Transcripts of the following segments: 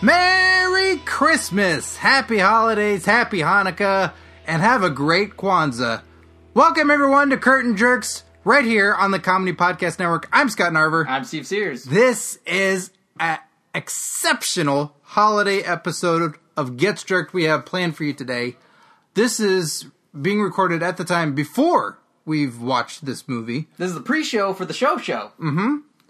Merry Christmas, Happy Holidays, Happy Hanukkah, and have a great Kwanzaa. Welcome, everyone, to Curtain Jerks, right here on the Comedy Podcast Network. I'm Scott Narver. I'm Steve Sears. This is an exceptional holiday episode of Gets Jerked we have planned for you today. This is being recorded at the time before we've watched this movie. This is the pre-show for the show show.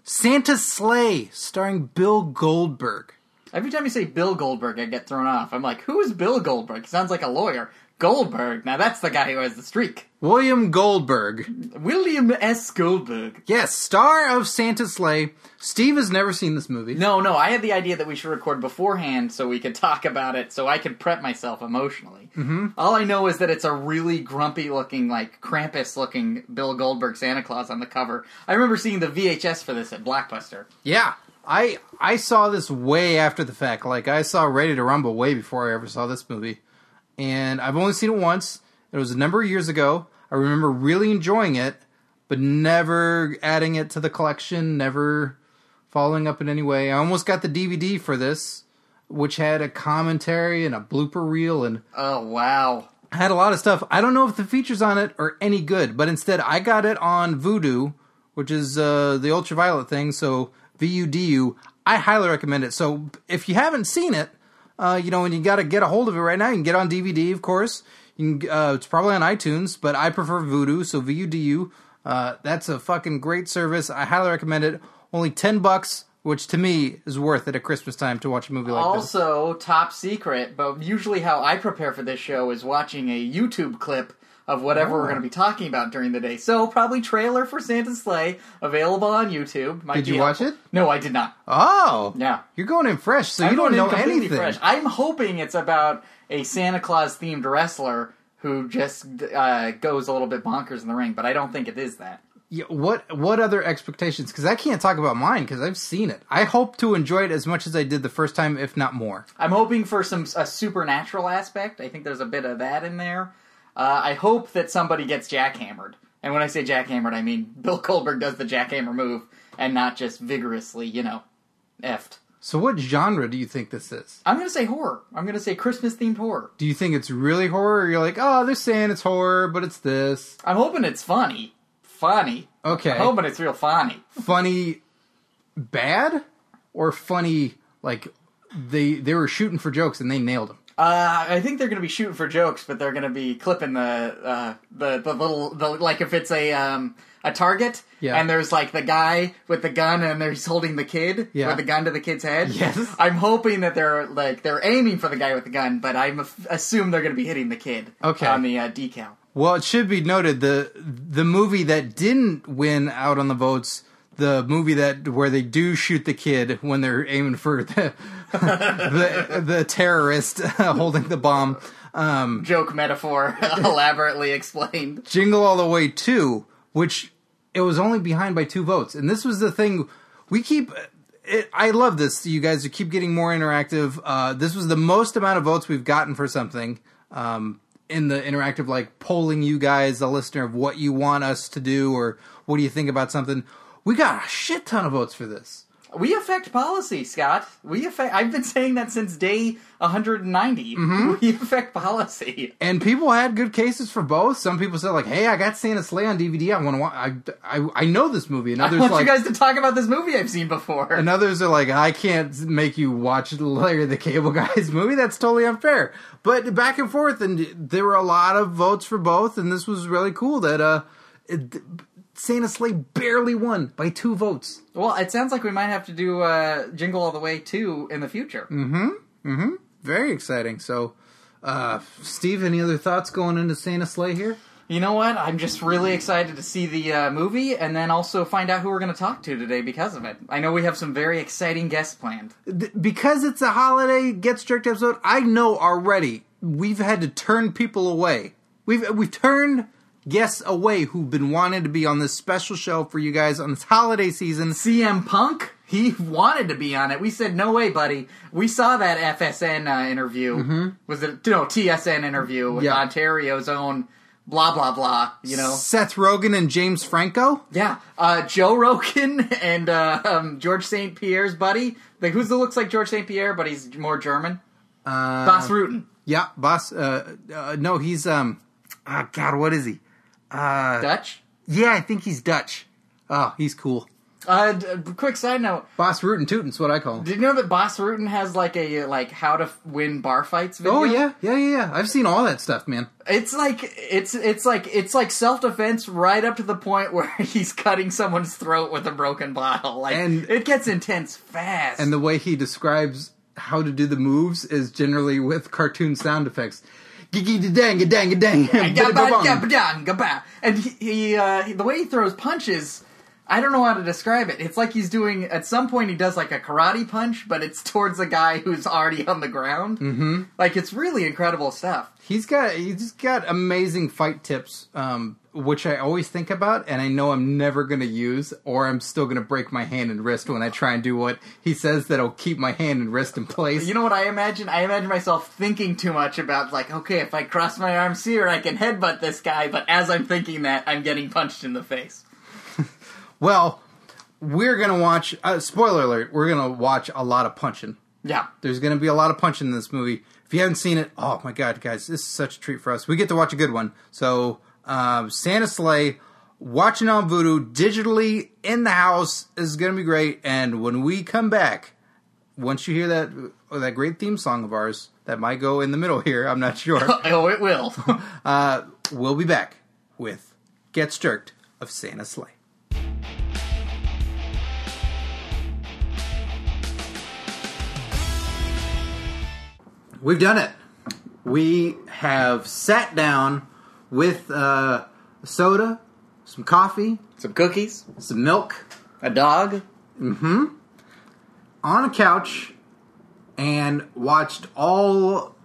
Santa's Sleigh, starring Bill Goldberg. Every time you say Bill Goldberg, I get thrown off. I'm like, who is Bill Goldberg? He sounds like a lawyer. Goldberg. Now that's the guy who has the streak. William Goldberg. William S. Goldberg. Yes, star of Santa's Sleigh. Steve has never seen this movie. No, no, I had the idea that we should record beforehand so we could talk about it so I could prep myself emotionally. Mm-hmm. All I know is that it's a really grumpy looking, like Krampus looking Bill Goldberg Santa Claus on the cover. I remember seeing the VHS for this at Blockbuster. Yeah. I I saw this way after the fact. Like I saw Ready to Rumble way before I ever saw this movie. And I've only seen it once. It was a number of years ago. I remember really enjoying it, but never adding it to the collection, never following up in any way. I almost got the DVD for this, which had a commentary and a blooper reel and Oh, wow. had a lot of stuff. I don't know if the features on it are any good, but instead I got it on Voodoo, which is uh, the ultraviolet thing. So V U D U. I highly recommend it. So if you haven't seen it, uh, you know, and you got to get a hold of it right now, you can get it on DVD, of course. You can, uh, it's probably on iTunes, but I prefer Voodoo, so V U D U. Uh, that's a fucking great service. I highly recommend it. Only ten bucks, which to me is worth it at Christmas time to watch a movie like this. Also, top secret, but usually how I prepare for this show is watching a YouTube clip of whatever Oh. we're going to be talking about during the day. So, probably trailer for Santa's Sleigh available on YouTube. Might Did be you watch helpful. No, I did not. Oh, Yeah. you're going in fresh, so I'm you don't going in know completely anything. fresh. I'm hoping it's about a Santa Claus themed wrestler who just uh, goes a little bit bonkers in the ring, but I don't think it is that. Yeah, what what other expectations? Because I can't talk about mine because I've seen it. I hope to enjoy it as much as I did the first time, if not more. I'm hoping for some a supernatural aspect. I think there's a bit of that in there. Uh, I hope that somebody gets jackhammered, and when I say jackhammered, I mean Bill Goldberg does the jackhammer move and not just vigorously, you know, effed. So, what genre do you think this is? I'm gonna say horror. I'm gonna say Christmas themed horror. Do you think it's really horror? Or you're like, oh, they're saying it's horror, but it's this I'm hoping it's funny, funny. okay, I'm hoping it's real funny. funny, bad, or funny like they they were shooting for jokes and they nailed them. Uh, I think they're gonna be shooting for jokes, but they're gonna be clipping the uh, the the little the like if it's a um a target, Yeah. and there's like the guy with the gun, and there's holding the kid Yeah. with the gun to the kid's head. Yes. I'm hoping that they're like they're aiming for the guy with the gun, but I assume they're gonna be hitting the kid. Okay. on the uh, decal. Well, it should be noted the the movie that didn't win out on the votes, the movie that where they do shoot the kid when they're aiming for the the, the terrorist holding the bomb. Mm. Joke metaphor elaborately explained. Jingle All the Way 2, which it was only behind by two votes. And this was the thing we keep. It, I love this. You guys keep getting more interactive. Uh, this was the most amount of votes we've gotten for something um, in the interactive, like polling you guys, the listener, of what you want us to do or what do you think about something. We got a shit ton of votes for this. We affect policy, Scott. We affect. I've been saying that since day 190. Mm-hmm. We affect policy. And people had good cases for both. Some people said like, "Hey, I got Santa Slay on DVD. I want to. wa- I, I I know this movie." And I others want like, you guys to talk about this movie I've seen before. And others are like, I can't make you watch Larry the Cable Guy's movie. That's totally unfair. But back and forth, and there were a lot of votes for both, and this was really cool that uh, it, Santa Slay barely won by two votes. well, it sounds like we might have to do uh, Jingle All the Way 2 in the future. Mm. Very exciting. So, uh, Steve, any other thoughts going into Santa Slay here? You know what? I'm just really excited to see the uh, movie and then also find out who we're going to talk to today because of it. I know we have some very exciting guests planned. Th- because it's a holiday gets jerked episode i know already we've had to turn people away we've we've turned guests away who've been wanting to be on this special show for you guys on this holiday season CM Punk, he wanted to be on it. We said, no way, buddy. We saw that FSN uh, interview. Was it, no, TSN interview with Mm-hmm. Yeah. Ontario's own blah blah blah. You know, Seth Rogen and James Franco. yeah. Uh, Joe Rogan and uh, um, George St. Pierre's buddy, like who's the looks like George St. Pierre, but he's more German. Uh, Bas Rutten, Yeah, boss. Uh, uh, no, he's um. Oh God, what is he? uh, Dutch. Yeah, I think he's Dutch. Oh, he's cool. Uh, d- quick side note: Boss Rootin' Tootin's what I call him. Did you know that Boss Rutten has like a uh, like how to f- win bar fights video? Oh yeah, yeah, yeah, yeah. I've seen all that stuff, man. It's like it's it's like it's like self defense right up to the point where he's cutting someone's throat with a broken bottle. Like And- it gets intense fast. And the way he describes how to do the moves is generally with cartoon sound effects. Gigi dang a dang a dang. Gabba, gabba, dang, gabba. and he, he uh, he- the way he throws punches, I don't know how to describe it. It's like he's doing at some point he does like a karate punch, but it's towards a guy who's already on the ground. Mm-hmm. Like it's really incredible stuff. He's got he's got amazing fight tips, um, which I always think about, and I know I'm never going to use, or I'm still going to break my hand and wrist when I try and do what he says that'll keep my hand and wrist in place. You know what I imagine? I imagine myself thinking too much about like, okay, if I cross my arms here, I can headbutt this guy. But as I'm thinking that, I'm getting punched in the face. Well, we're going to watch. Uh, spoiler alert: We're going to watch a lot of punching. Yeah, There's going to be a lot of punching in this movie. If you haven't seen it, oh my god, guys, this is such a treat for us. We get to watch a good one. So, um, Santa Slay, watching on Voodoo digitally in the house is going to be great. And when we come back, once you hear that or that great theme song of ours that might go in the middle here, I'm not sure. oh, it will. uh, we'll be back with Get Jerked of Santa Slay. We've done it. We have sat down with uh, soda, some coffee, Some cookies, some milk a dog. on a couch and watched all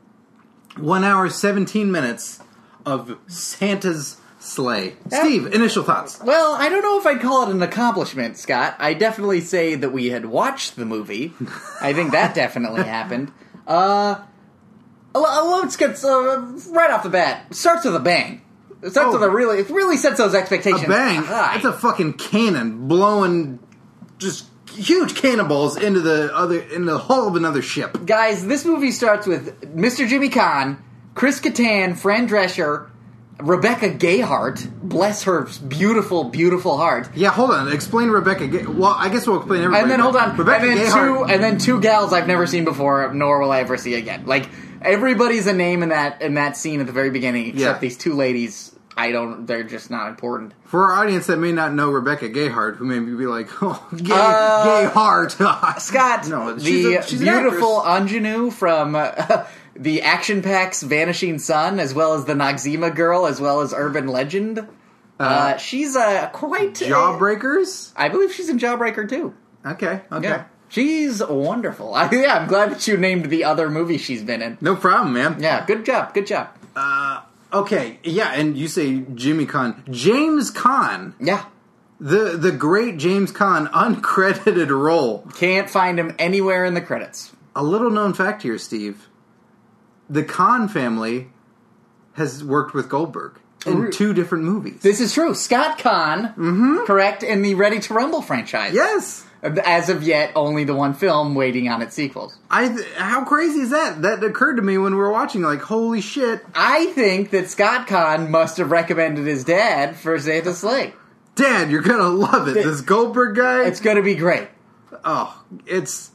one hour, 17 minutes of Santa's sleigh. Steve, initial thoughts. Well, I don't know if I'd call it an accomplishment, Scott. I definitely say that we had watched the movie. I think that definitely happened. Uh, well, well, let's get uh, right off the bat. Starts with a bang. It starts Oh. with a really. It really sets those expectations. Bang! high. That's a fucking cannon blowing just huge cannonballs into the other, in the hull of another ship. guys, this movie starts with Mr. Jimmy Kahn, Chris Kattan, Fran Drescher, Rebecca Gayheart. Bless her beautiful, beautiful heart. Yeah, hold on. Explain Rebecca. Gay- well, I guess we'll explain everybody. And then but hold on, Rebecca and then Gayheart- two, and then two gals I've never seen before, nor will I ever see again. Like everybody's a name in that in that scene at the very beginning, except Yeah. these two ladies. I don't. They're just not important. For our audience that may not know Rebecca Gayheart, who may be like, oh, gay, Uh, Gayheart. Scott, No, the she's a- she's an beautiful ingenue from uh, the Action Pack's Vanishing Sun, as well as the Noxzema Girl, as well as Urban Legend. Uh, she's uh, quite Jawbreakers? I believe she's in Jawbreaker too. Okay, okay. Yeah, she's wonderful. I, yeah, I'm glad that you named the other movie she's been in. No problem, man. Yeah, good job, good job. Okay, yeah, and you say Jimmy Kahn. James Kahn, Yeah, the, the great James Kahn, uncredited role. can't find him anywhere in the credits. A little known fact here, Steve. The Kahn family has worked with Goldberg in Re- two different movies. This is true. Scott Kahn, Mm-hmm. correct, in the Ready to Rumble franchise. yes! As of yet, only the one film waiting on its sequels. I th- how crazy is that? That occurred to me when we were watching, like, holy shit. I think that Scott Kahn must have recommended his dad for Santa Slay. Dad, you're gonna love it. This Goldberg guy. It's going to be great. Oh, it's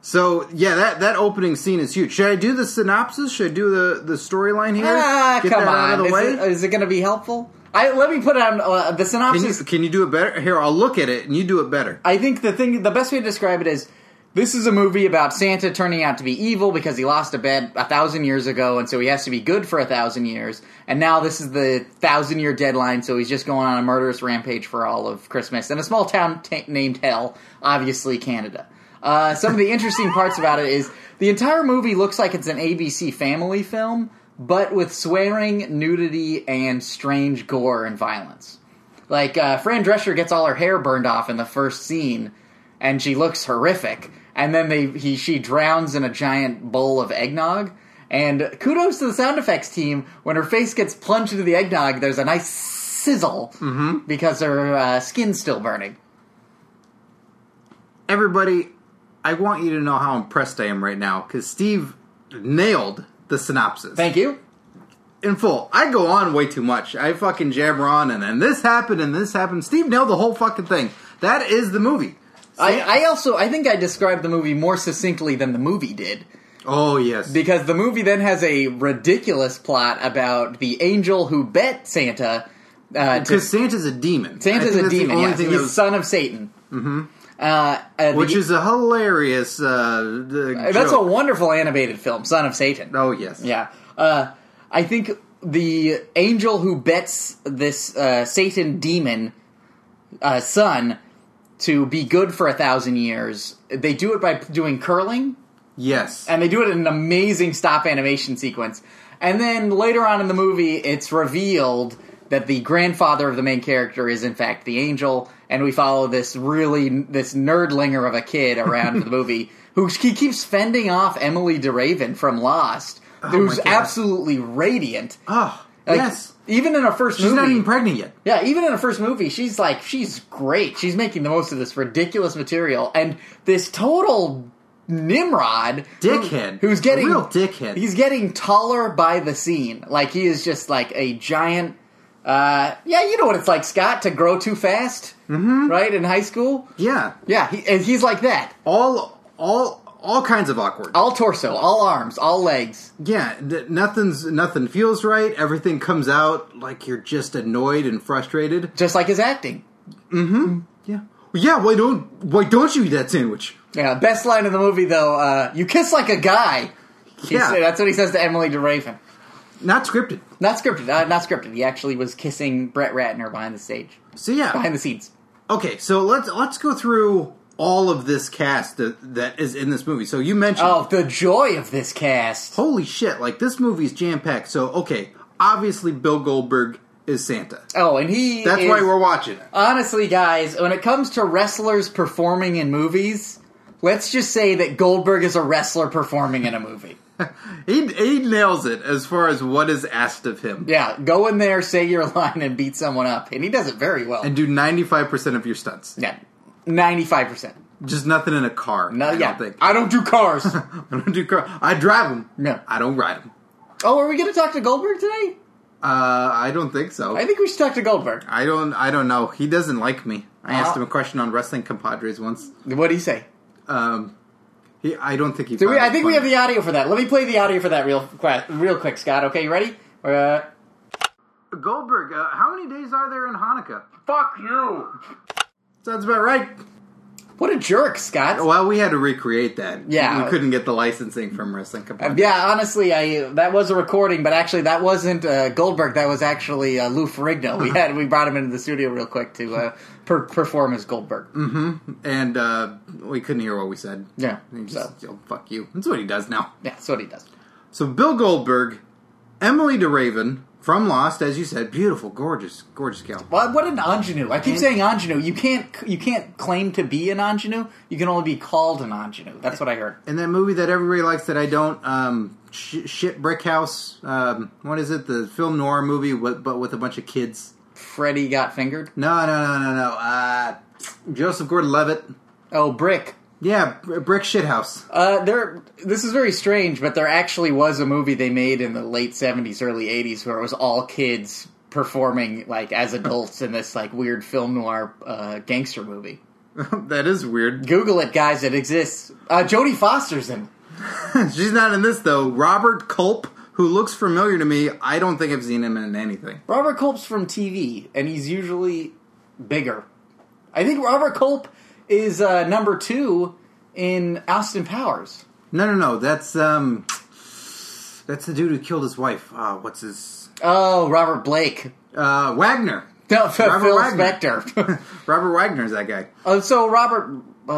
so yeah. That that opening scene is huge. Should I do the synopsis? Should I do the the storyline here? Ah, Get come that on. out of the is, way. It, is it going to be helpful? I, let me put on uh, the can, synopsis. you, can you do it better? Here, I'll look at it and you do it better. I think the thing, the best way to describe it is, this is a movie about Santa turning out to be evil because he lost a bet a thousand years ago, and so he has to be good for a thousand years. And now this is the thousand year deadline, so he's just going on a murderous rampage for all of Christmas in a small town t- named Hell, obviously Canada. Uh, some of the interesting parts about it is the entire movie looks like it's an ABC family film, but with swearing, nudity, and strange gore and violence. Like uh, Fran Drescher gets all her hair burned off in the first scene, and she looks horrific. And then they he she drowns in a giant bowl of eggnog. And kudos to the sound effects team. When her face gets plunged into the eggnog, there's a nice sizzle because her uh, skin's still burning. Everybody, I want you to know how impressed I am right now because Steve nailed the synopsis. Thank you. in full. I go on way too much. I fucking jabber on, and then this happened, and this happened. Steve nailed the whole fucking thing. That is the movie. I, I also I think I described the movie more succinctly than the movie did. Oh yes, Because the movie then has a ridiculous plot about the angel who bet Santa uh, to because Santa's a demon. I think Santa's a that's the demon. only Yes. thing He's that was- son of Satan. Mm-hmm. Uh, uh, which the- is a hilarious. Uh, the that's a joke. wonderful animated film, Son of Satan. Oh yes. Yeah, uh, I think the angel who bets this uh, Satan demon uh, son to be good for a thousand years. They do it by doing curling. Yes. and they do it in an amazing stop animation sequence. And then later on in the movie, it's revealed that the grandfather of the main character is in fact the angel, and we follow this really this nerdlinger of a kid around the movie who he keeps fending off Emily DeRaven from Lost, who's Oh God. absolutely radiant. oh Like, yes. even in her first She's movie, not even pregnant yet. yeah, even in the first movie, she's like, she's great. She's making the most of this ridiculous material, and this total nimrod who- Dickhead. who's getting Real dickhead. He's getting taller by the scene. Like he is just like a giant. Uh, yeah, you know what it's like, Scott, to grow too fast, mm-hmm. right? In high school, Yeah. yeah, he, and he's like that. All all all kinds of awkward. All torso, all arms, all legs. Yeah, th- nothing's nothing feels right. Everything comes out like you're just annoyed and frustrated. just like his acting. Yeah. Well, yeah. Why don't Why don't you eat that sandwich? Yeah, best line in the movie though. Uh, you kiss like a guy. He Yeah. said- uh, that's what he says to Emily DeRaven. Not scripted. Not scripted. Uh, not scripted. He actually was kissing Brett Ratner behind the stage, So yeah. behind the scenes. okay. So let's let's go through all of this cast that, that is in this movie. So you mentioned. Oh, the joy of this cast! Holy shit! Like this movie's jam packed. So okay, obviously Bill Goldberg is Santa. Oh, and he. That's is- why we're watching it. Honestly, guys, when it comes to wrestlers performing in movies, let's just say that Goldberg is a wrestler performing in a movie. He he nails it as far as what is asked of him. yeah, go in there, say your line, and beat someone up, and he does it very well. And do ninety five percent of your stunts. yeah, ninety-five percent. Just nothing in a car. No, I yeah, don't think. I don't do cars. I don't do car. I drive them. No. I don't ride them. oh, are we going to talk to Goldberg today? Uh, I don't think so. I think we should talk to Goldberg. I don't. I don't know. He doesn't like me. I asked Uh, him a question on wrestling compadres once. What do you say? Um, he. I don't think he. Do we, I think we have the audio for that. Let me play the audio for that real quick, real quick, Scott. Okay, you ready? Uh, the Goldberg. Uh, how many days are there in Hanukkah? Fuck you! Sounds about right. What a jerk, Scott. Well, we had to recreate that. Yeah. we couldn't get the licensing from wrestling compadres. Yeah, honestly, I that was a recording, but actually that wasn't uh, Goldberg. That was actually uh, Lou Ferrigno. We had we brought him into the studio real quick to uh, per- perform as Goldberg. And uh, we couldn't hear what we said. Yeah, He just so yelled, "Fuck you." That's what he does now. yeah, that's what he does. So Bill Goldberg, Emily DeRaven from Lost, as you said, beautiful, gorgeous, gorgeous gal. Well, what an ingenue! I keep saying ingenue. You can't you can't claim to be an ingenue. You can only be called an ingenue. That's what I heard. in that movie that everybody likes that I don't, um, sh- shit brick house. Um, what is it? The film noir movie, with, but with a bunch of kids. Freddie got fingered. No, no, no, no, no. Uh, Joseph Gordon-Levitt. Oh, brick. Yeah, Br- brick shit house. Uh, there. This is very strange, but there actually was a movie they made in the late seventies, early eighties, where it was all kids performing like as adults in this like weird film noir uh, gangster movie. that is weird. Google it, guys. It exists. Uh, Jodie Foster's in. it. She's not in this though. Robert Culp, who looks familiar to me, I don't think I've seen him in anything. Robert Culp's from TV, and he's usually bigger. I think Robert Culp is uh, number two in Austin Powers. No, no, no. That's um, that's the dude who killed his wife. Uh, what's his? Oh, Robert Blake. Uh, Wagner. No, Phil Wagner. Spector. Robert Wagner's that guy. oh, so Robert. Uh,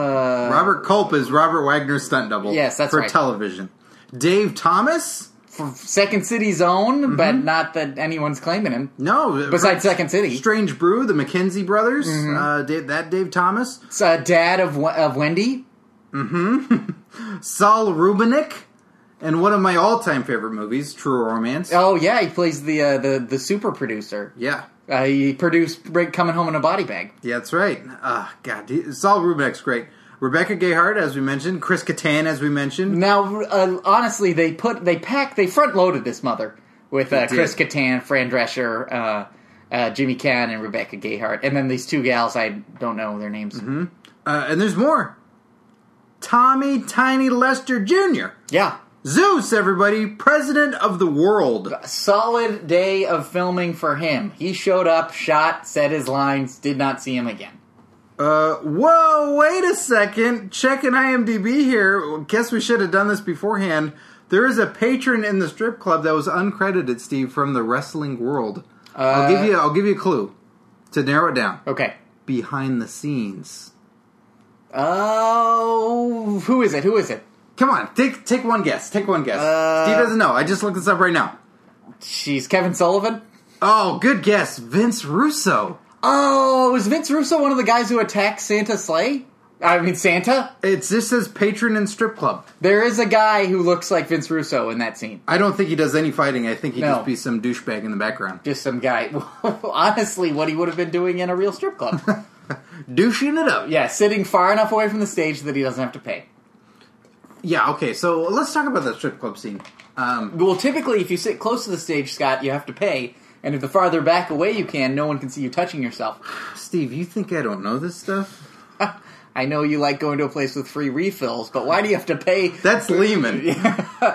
Robert Culp is Robert Wagner's stunt double. Yes, that's for right. television. Dave Thomas? for Second City's own, but not that anyone's claiming him. No, Besides Mm-hmm. Second City, Strange Brew, the McKenzie brothers. Uh, Dave, that Dave Thomas, it's, uh, dad of Wen- of Wendy. Saul Rubinick, And one of my all-time favorite movies, True Romance. Oh yeah, he plays the uh, the the super producer. Yeah, Uh, he produced Rick coming home in a body bag. yeah, that's right. Ah, God, he- Saul Rubinek's great. Rebecca Gayheart, as we mentioned, Chris Kattan, as we mentioned. Now, uh, honestly, they put they packed they front loaded this mother with uh, did. Chris Kattan, Fran Drescher, uh, uh, Jimmy Cann, and Rebecca Gayheart, and then these two gals I don't know their names. Uh, and there's more. Tommy Tiny Lester Jr. Yeah, Zeus, everybody, president of the world. solid day of filming for him. He showed up, shot, said his lines, did not see him again. Uh, whoa, wait a second. Checking IMDb here. Guess we should have done this beforehand. There is a patron in the strip club that was uncredited, Steve, from the wrestling world. I'll give you. I'll give you a clue to narrow it down. Okay. Behind the scenes. Oh, who is it? Who is it? Come on, take take one guess. Take one guess. Uh, Steve doesn't know. I just looked this up right now. She's Kevin Sullivan. Oh, good guess, Vince Russo. Oh, is Vince Russo one of the guys who attacked Santa Slay? I mean Santa. It's just says patron in strip club. There is a guy who looks like Vince Russo in that scene. I don't think he does any fighting. I think he No. just be some douchebag in the background, Just some guy. Honestly, what he would have been doing in a real strip club. douching it up. yeah, sitting far enough away from the stage that he doesn't have to pay. Yeah, okay, so let's talk about the strip club scene. Um, Well, typically, if you sit close to the stage, Scott, you have to pay. And if the farther back away you can, no one can see you touching yourself. Steve, you think I don't know this stuff? I know you like going to a place with free refills, but why do you have to pay? That's Lehman. yeah,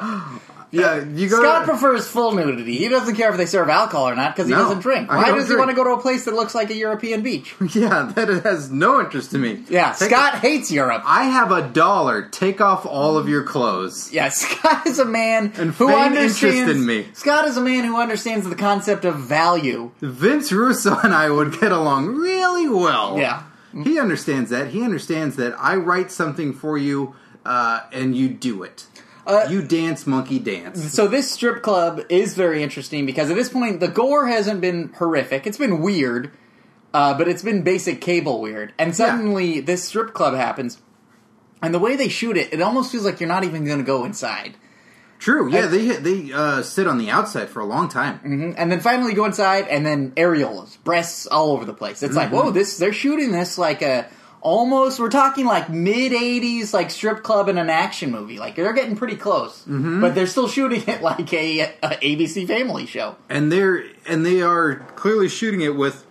you go. Scott prefers full nudity. He doesn't care if they serve alcohol or not because he No, doesn't drink. I Why don't does he drink. want to go to a place that looks like a European beach? yeah, that has no interest to me. Yeah, Take- Scott hates Europe. I have a dollar. Take off all of your clothes. Yeah, Scott is a man And who feign interest understands. in me. Scott is a man who understands the concept of value. Vince Russo and I would get along really well. Yeah. He understands that. He understands that I write something for you uh, and you do it. Uh, you dance, monkey dance. So this strip club is very interesting because at this point the gore hasn't been horrific. It's been weird, uh, but it's been basic cable weird. And suddenly this strip club happens, and the way they shoot it, it almost feels like you're not even going to go inside. True. Yeah, they they uh, sit on the outside for a long time. And then finally go inside, and then areolas, breasts all over the place. It's like whoa, this they're shooting this like a almost we're talking like mid '80s like strip club in an action movie. Like they're getting pretty close, but they're still shooting it like a, a ABC Family show. and they're and they are clearly shooting it with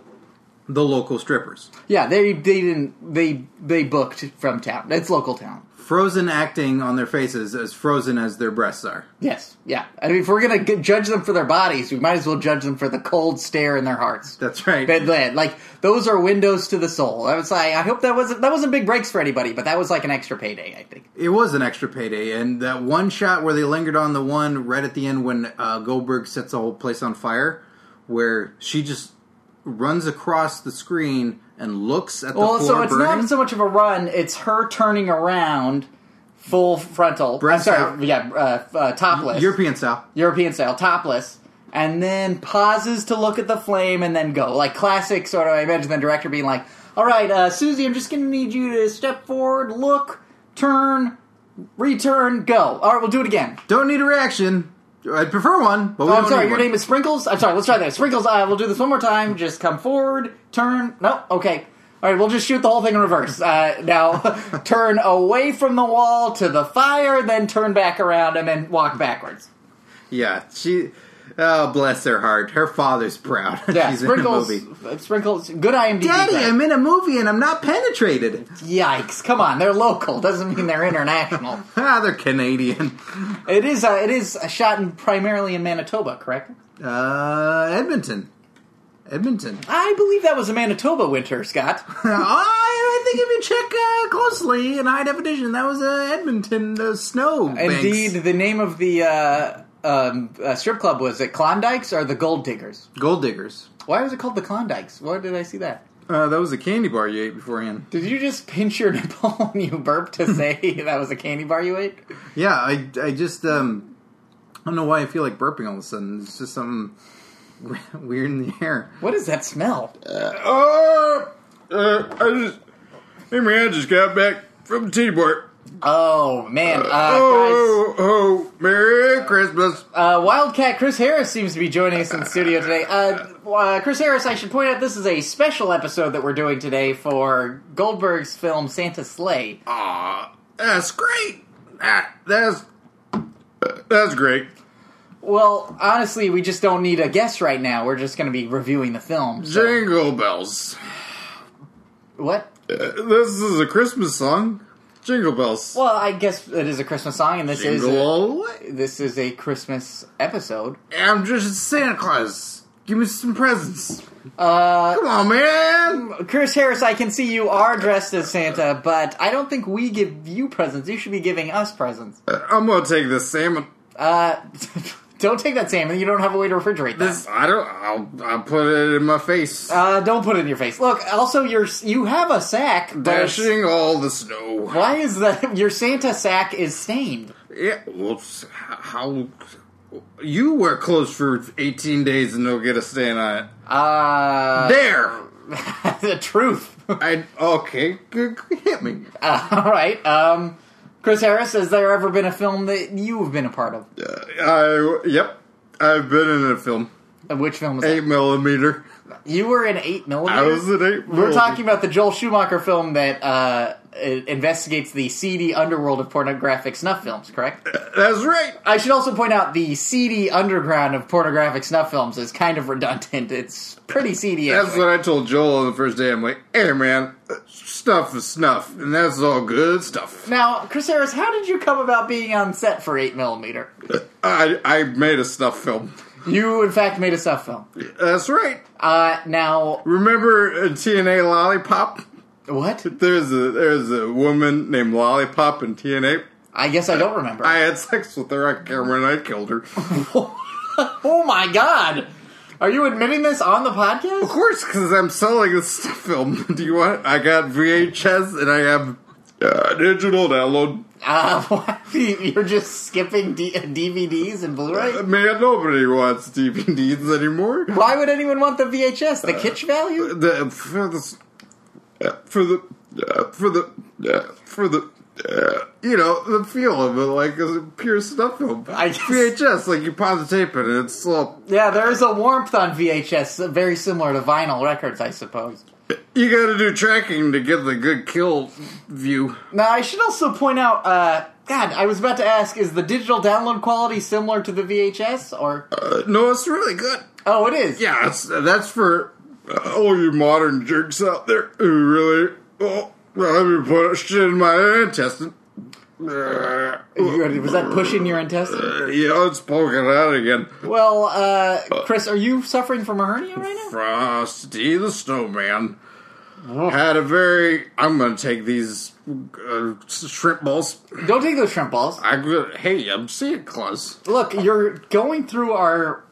the local strippers. Yeah, they they didn't they they booked from town. It's local town. Frozen acting on their faces as frozen as their breasts are. Yes, yeah. I mean, if we're gonna g- judge them for their bodies, we might as well judge them for the cold stare in their hearts. That's right. Bed led. Like those are windows to the soul. I was like, I hope that wasn't that wasn't big breaks for anybody, but that was like an extra payday, I think. It was an extra payday, and that one shot where they lingered on the one right at the end when uh, Goldberg sets the whole place on fire, where she just runs across the screen and looks at the Well, floor so it's burning. not so much of a run; it's her turning around, full frontal. Breasts I'm sorry, out. yeah, uh, uh, topless, European style. European style, topless, and then pauses to look at the flame and then go. Like classic sort of, I imagine the director being like, all right, uh, Susie, I'm just going to need you to step forward, look, turn, return, go. All right, we'll do it again. Don't need a reaction. I'd prefer one, but we Oh, don't I'm sorry, need your one. name is Sprinkles? I'm sorry, let's try that. Sprinkles, uh, we'll do this one more time. Just come forward, turn. No, okay. All right, we'll just shoot the whole thing in reverse. Uh, now, turn away from the wall to the fire, then turn back around and then walk backwards. Yeah, she. Oh, bless her heart. Her father's proud. Yeah, She's sprinkles. uh, in a movie. Sprinkles. Good IMDb. Daddy, credit. I'm in a movie and I'm not penetrated. Yikes! Come on, they're local. Doesn't mean they're international. Ah, they're Canadian. it is. Uh, it is uh, shot in primarily in Manitoba, correct? Uh, Edmonton. Edmonton. I believe that was a Manitoba winter, Scott. I, I think if you check uh, closely in high definition, that was uh, Edmonton uh, snow. banks. Indeed, the name of the uh, um, uh, strip club was it Klondikes or the Gold Diggers? Gold diggers. Why was it called the Klondikes? Where did I see that? Uh, that was a candy bar you ate beforehand. Did you just pinch your nipple when you burped to say that was a candy bar you ate? Yeah, I, I just um, I don't know why I feel like burping all of a sudden. It's just something weird in the air. What is that smell? Uh, uh, I just, hey man, I just got back from the tea bar. Oh man, uh, guys. Oh, oh, Merry Christmas. Uh, Wildcat Chris Harris seems to be joining us in the studio today. Uh, uh, Chris Harris, I should point out this is a special episode that we're doing today for Goldberg's film Santa Sleigh. Aw, Ah, that's great. That, that's, that's great. Well, honestly, we just don't need a guest right now. We're just going to be reviewing the film. so- Jingle bells. Uh, What? This is a Christmas song. Jingle bells. Well, I guess it is a Christmas song, and this is Jingle a, all the way. this is a Christmas episode. I'm just Santa Claus. Give me some presents. Uh, Come on, man. Chris Harris, I can see you are dressed as Santa, but I don't think we give you presents. You should be giving us presents. Uh, I'm gonna take this salmon. Uh, don't take that salmon. You don't have a way to refrigerate that. This I don't. I'll, I'll put it in my face, Uh, don't put it in your face. Look, also your you have a sack. but it's- dashing all the snow. Why is the your Santa sack is stained? Yeah, well, s- how you wear clothes for 18 days and don't get a stain on it? Uh, there, the truth. I okay, g- g- hit me. Uh, all right. Um, Chris Harris, has there ever been a film that you've been a part of? Uh, I yep, I've been in a film, Uh, Which film was that? eight millimeter. You were in eight I was millimeter. in eight. We're talking about the Joel Schumacher film that uh, i- investigates the seedy underworld of pornographic snuff films. Correct. That's right. I should also point out the seedy underground of pornographic snuff films is kind of redundant. It's pretty seedy. That's anyway. what I told Joel on the first day. I'm like, hey man, stuff is snuff, and that's all good stuff. Now, Chris Harris, how did you come about being on set for 8mm? I I made a snuff film. You, in fact, made a snuff film. That's right. Uh, now, Remember uh, TNA Lollipop? what? There's a there's a woman named Lollipop in TNA. I guess I don't remember. I had sex with her on camera and I killed her. Of oh my god! Are you admitting this on the podcast? course, because I'm selling this stuff film. Do you want? I got VHS and I have uh, digital download. Uh, what? You're just skipping D- DVDs and Blu-ray? Man, nobody wants DVDs anymore. Why would anyone want the VHS? The kitsch value? The for the uh, for the uh, for the uh, for the. uh, you know the feel of it, like a pure stuff film. I guess- VHS, like you pause the tape in and it's all Yeah, there is a warmth on VHS, uh, very similar to vinyl records, I suppose. You gotta do tracking to get the good kill view. Now, I should also point out, uh, God, I was about to ask, is the digital download quality similar to the VHS, or... Uh, no, it's really good. Oh, it is. Yeah, it's, that's for uh, all you modern jerks out there who really. Oh, let me put shit in my intestine. Uh, You- Was that pushing your intestine? yeah, it's poking out again. Well, uh, Chris, are you suffering from a hernia right now? Frosty the Snowman had a very. I'm gonna take these uh, shrimp balls. Don't take those shrimp balls. I could- hey, I'm Santa Claus. Look, you're going through our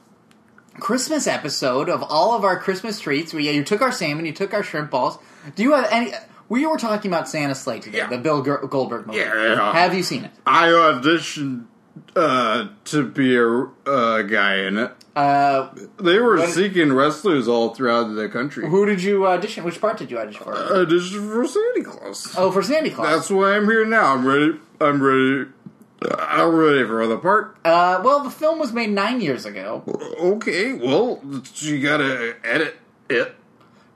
Christmas episode of all of our Christmas treats. We, you took our salmon, you took our shrimp balls. Do you have any... We were talking about Santa Slate today, Yeah. the Bill Ger- Goldberg movie. Yeah. Have you seen it? I auditioned uh, to be a uh, guy in it. Uh, They were seeking wrestlers all throughout the country. who did you audition? Which part did you audition for? Uh, Audition for Santa Claus. Oh, for Sandy Claus. That's why I'm here now. I'm ready. I'm ready. I'm ready for the part. Uh, well, the film was made nine years ago. Okay, well, you gotta edit it.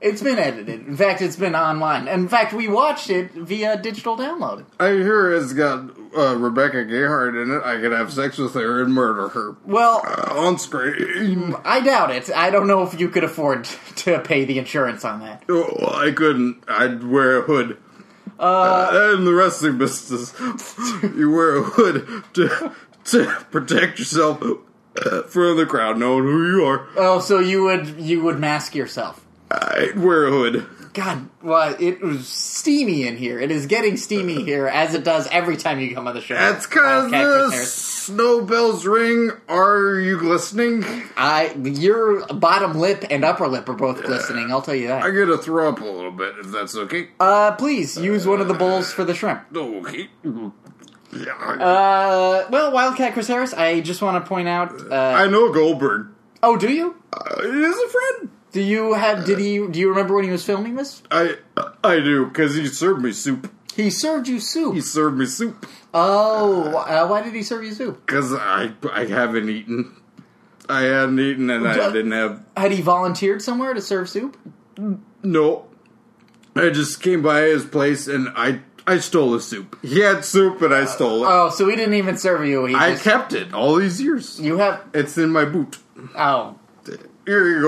It's been edited. In fact, it's been online. In fact, we watched it via digital download. I hear it's got uh, Rebecca Gayheart in it. I could have sex with her and murder her Well, uh, on screen. I doubt it. I don't know if you could afford to pay the insurance on that. Oh, I couldn't. I'd wear a hood. Uh, in the wrestling business, you wear a hood to to protect yourself uh, from the crowd knowing who you are. Oh, so you would you would mask yourself? I'd wear a hood. God, well, it was steamy in here. It is getting steamy here, as it does every time you come on the show. Uh, That's cause Wildcat the Chris Harris. snow bells ring. Are you glistening? I your bottom lip and upper lip are both glistening. I'll tell you that. I'm gonna throw up a little bit if that's okay. Uh, please use one of the bowls for the shrimp. Okay. Yeah. Uh, well, Wildcat Chris Harris, I just want to point out. Uh, I know Goldberg. oh, do you? Uh, he's a friend. Do you have? Did he? Do you remember when he was filming this? I I do because he served me soup. He served you soup. He served me soup oh, uh, why did he serve you soup? because I I haven't eaten. I hadn't eaten and I Duh. didn't have Had he volunteered somewhere to serve soup? no. I just came by his place and I I stole his soup. He had soup and I stole it. Oh, so he didn't even serve you. He I just, kept it all these years. you have It's in my boot. oh. Here you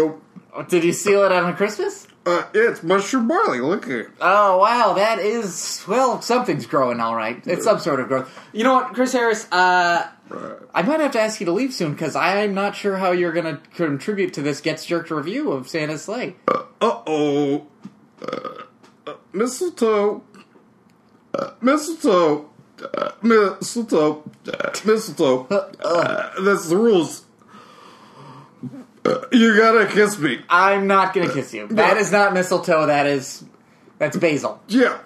go. Did you steal it on Christmas? Uh, yeah, it's mushroom barley. Look at it. Oh wow, that is well, something's growing all right. It's some sort of growth. You know what, Chris Harris? Uh, I might have to ask you to leave soon because I'm not sure how you're going to contribute to this gets jerked review of Santa's sleigh. Uh oh. Uh, mistletoe. Uh, mistletoe. Uh, mistletoe. Uh, mistletoe. Uh, that's the rules. Uh, you gotta kiss me. I'm not going to kiss you. That is not mistletoe. That is that's basil. Yeah.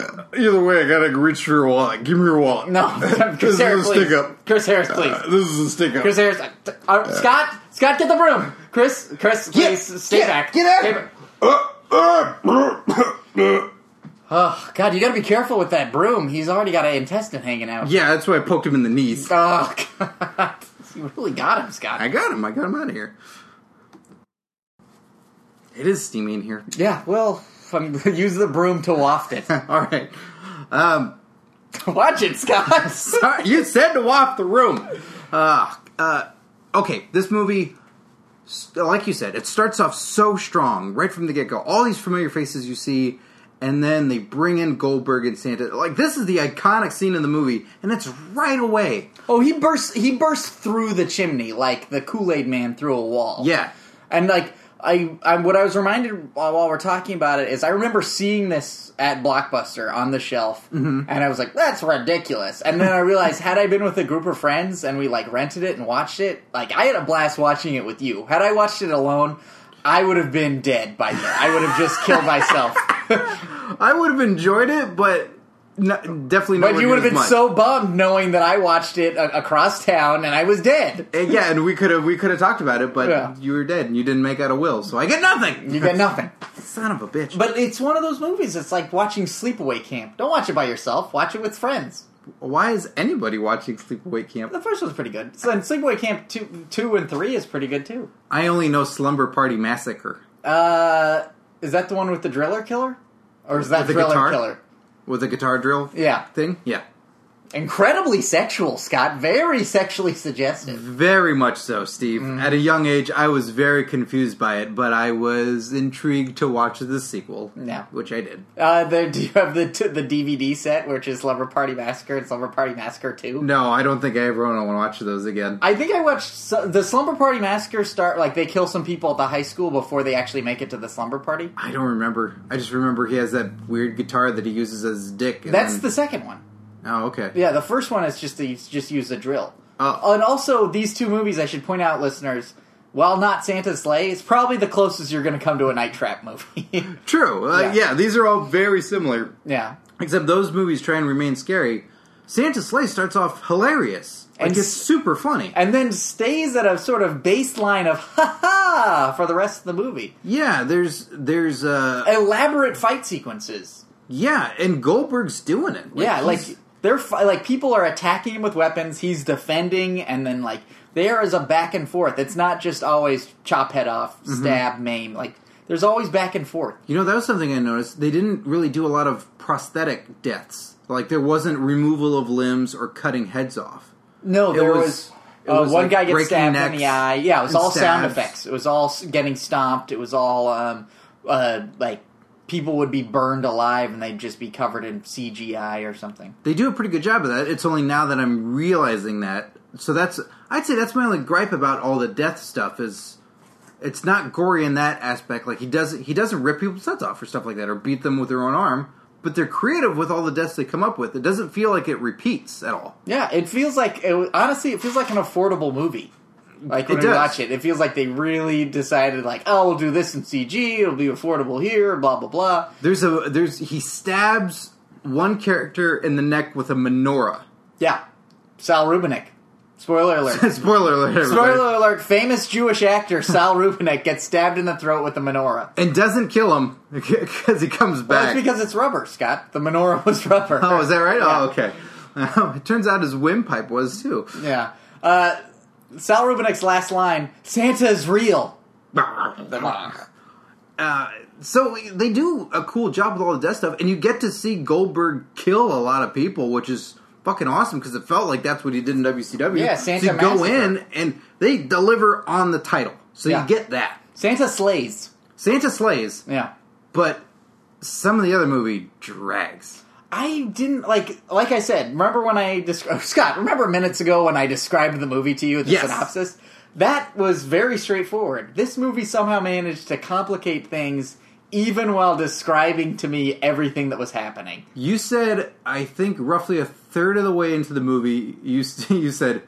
Uh, either way, I gotta reach for your wallet. Give me your wallet. No, This Chris is a Harris, please. stick up. Chris Harris, please. Uh, this is a stick up. Chris Harris, uh, t- uh, Scott, Scott, get the broom. Chris, Chris, please stay get- back. get out. Stay back. Uh, uh, Oh God, you got to be careful with that broom. He's already got an intestine hanging out. Yeah, that's why I poked him in the knees. Oh, God. You really got him, Scott. I got him. I got him out of here. It is steamy in here. yeah, well, um, use the broom to waft it. All right. Um, Watch it, Scott. Sorry, you said to waft the room. Uh, uh, okay, this movie, s- like you said, it starts off so strong right from the get go. All these familiar faces you see, and then they bring in Goldberg and Santa. Like this is the iconic scene in the movie, and it's right away. oh, he bursts. He bursts through the chimney like the Kool Aid Man through a wall. Yeah, and like I, I, what I was reminded while while we're talking about it is I remember seeing this at Blockbuster on the shelf, and I was like, "That's ridiculous." And then I realized, had I been with a group of friends and we like rented it and watched it, like I had a blast watching it with you. Had I watched it alone, I would have been dead by then. I would have just killed myself. I would have enjoyed it, but not, definitely not. But you would have been so bummed knowing that I watched it a- across town and I was dead. yeah, and we could have we could have talked about it, but Yeah. you were dead and you didn't make out a will, so I get nothing. You get nothing. Son of a bitch. But it's one of those movies. It's like watching Sleepaway Camp. Don't watch it by yourself. Watch it with friends. Why is anybody watching Sleepaway Camp? The first one's pretty good. So, and Sleepaway Camp two, two and three is pretty good too. I only know Slumber Party Massacre Uh, is that the one with the driller killer, or is that With the driller guitar? killer? with a guitar drill Yeah, thing. Yeah, incredibly sexual, Scott. Very sexually Mm-hmm. suggestive. very much so, Steve. Mm-hmm. At a young age, I was very confused by it, but I was intrigued to watch the sequel. Yeah. which I did. Uh, the, do you have the t- the DVD set, which is Lover Party Massacre and Slumber Party Massacre Two? No, I don't think I ever want to watch those again. I think I watched su- the Slumber Party Massacre start like they kill some people at the high school before they actually make it to the slumber party. I don't remember. I just remember he has that weird guitar that he uses as his dick. and That's then- the second one. Oh, okay. Yeah, the first one is just to just use a drill. Oh. And also, these two movies, I should point out, listeners, while not Santa's Sleigh, it's probably the closest you're going to come to a Night Trap movie. True. Uh, Yeah. yeah. these are all very similar, yeah, except those movies try and remain scary. Santa Sleigh starts off hilarious. Like, And it's s- super funny. and then stays at a sort of baseline of ha ha for the rest of the movie. Yeah, there's there's uh Elaborate fight sequences. yeah, and Goldberg's doing it. yeah, like he's- they're fi- like people are attacking him with weapons. He's defending, and then like there is a back and forth. It's not just always chop head off, Mm-hmm. stab, maim. Like there's always back and forth. you know that was something I noticed. They didn't really do a lot of prosthetic deaths. Like there wasn't removal of limbs or cutting heads off. No, It there was- was, it uh, was, one like, guy gets breaking stabbed in the necks eye. Yeah, it was and all sound stabs. effects. It was all s- getting stomped. It was all um, uh, like people would be burned alive and they'd just be covered in CGI or something. They do a pretty good job of that. It's only now that I'm realizing that. So that's I'd say that's my only gripe about all the death stuff is it's not gory in that aspect. Like he doesn't he doesn't rip people's heads off or stuff like that or beat them with their own arm. But they're creative with all the deaths they come up with. It doesn't feel like it repeats at all. Yeah, it feels like it, wa- honestly, it feels like an affordable movie. Like when It you does. watch it, it feels like they really decided, like, oh, we'll do this in CG. It'll be affordable here. Blah blah blah. There's a there's he stabs one character in the neck with a menorah. Yeah, Sal Rubinick. Spoiler alert. Spoiler alert, everybody. Spoiler alert. Famous Jewish actor Sal Rubinek gets stabbed in the throat with a menorah. And doesn't kill him because he comes Well, back. that's because it's rubber, Scott. The menorah was rubber. oh, is that right? Yeah. Oh, okay. it turns out his windpipe was too. Yeah. Uh, Sal Rubinek's last line: "Santa is real." Uh, so they do a cool job with all the death stuff, and you get to see Goldberg kill a lot of people, which is fucking awesome because it felt like that's what he did in WCW. Yeah, so Santa you go Massacre. in and they deliver on the title, so Yeah. you get that. Santa slays. Santa slays, Yeah. but some of the other movie drags. I didn't like, like I said. Remember when I described Scott? Remember minutes ago when I described the movie to you the Yes. synopsis? That was very straightforward. This movie somehow managed to complicate things, even while describing to me everything that was happening. You said, I think roughly a third of the way into the movie, you you said,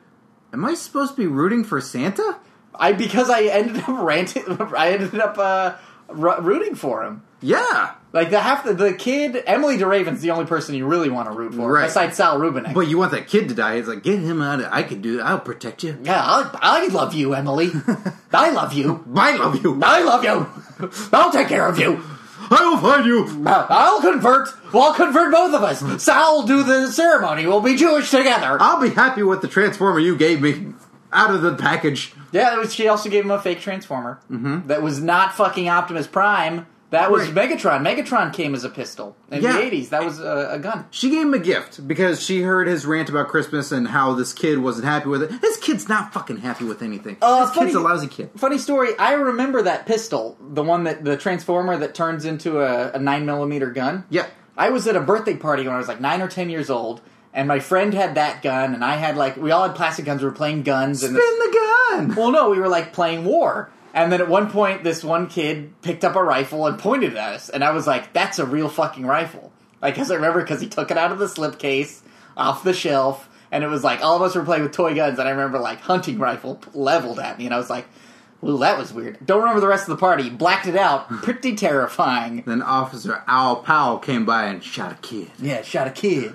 "Am I supposed to be rooting for Santa?" I because I ended up ranting. I ended up uh, ru- rooting for him. Yeah, Like the half the, the kid Emily DeRaven's the only person you really want to root for Right. besides Sal Rubinek. but you want that kid to die. It's like, get him out. of I could do. I'll protect you. yeah, I, I love you, Emily. I love you. I love you. I love you. I'll take care of you. I will find you. Uh, I'll convert. We'll convert both of us. Sal will do the ceremony. We'll be Jewish together. I'll be happy with the transformer you gave me out of the package. yeah, that was, she also gave him a fake transformer that was not fucking Optimus Prime. That was Right. Megatron. Megatron came as a pistol in Yeah. the eighties. That was a, a gun. She gave him a gift because she heard his rant about Christmas and how this kid wasn't happy with it. This kid's not fucking happy with anything. Uh, this funny- kid's a lousy kid. Funny story. I remember that pistol, the one that the transformer that turns into a, a nine millimeter gun. Yeah. I was at a birthday party when I was like nine or ten years old, and my friend had that gun, and I had like we all had plastic guns. We were playing guns, Spin and the gun. well, no, we were like playing war. And then at one point, this one kid picked up a rifle and pointed at us, and I was like, "That's a real fucking rifle." Like, cause I remember because he took it out of the slipcase off the shelf, and it was like all of us were playing with toy guns, and I remember like hunting rifle leveled at me, and I was like, "Ooh, that was weird." Don't remember the rest of the party. Blacked it out. Pretty terrifying. Then Officer Al Powell came by and shot a kid. Yeah, shot a kid.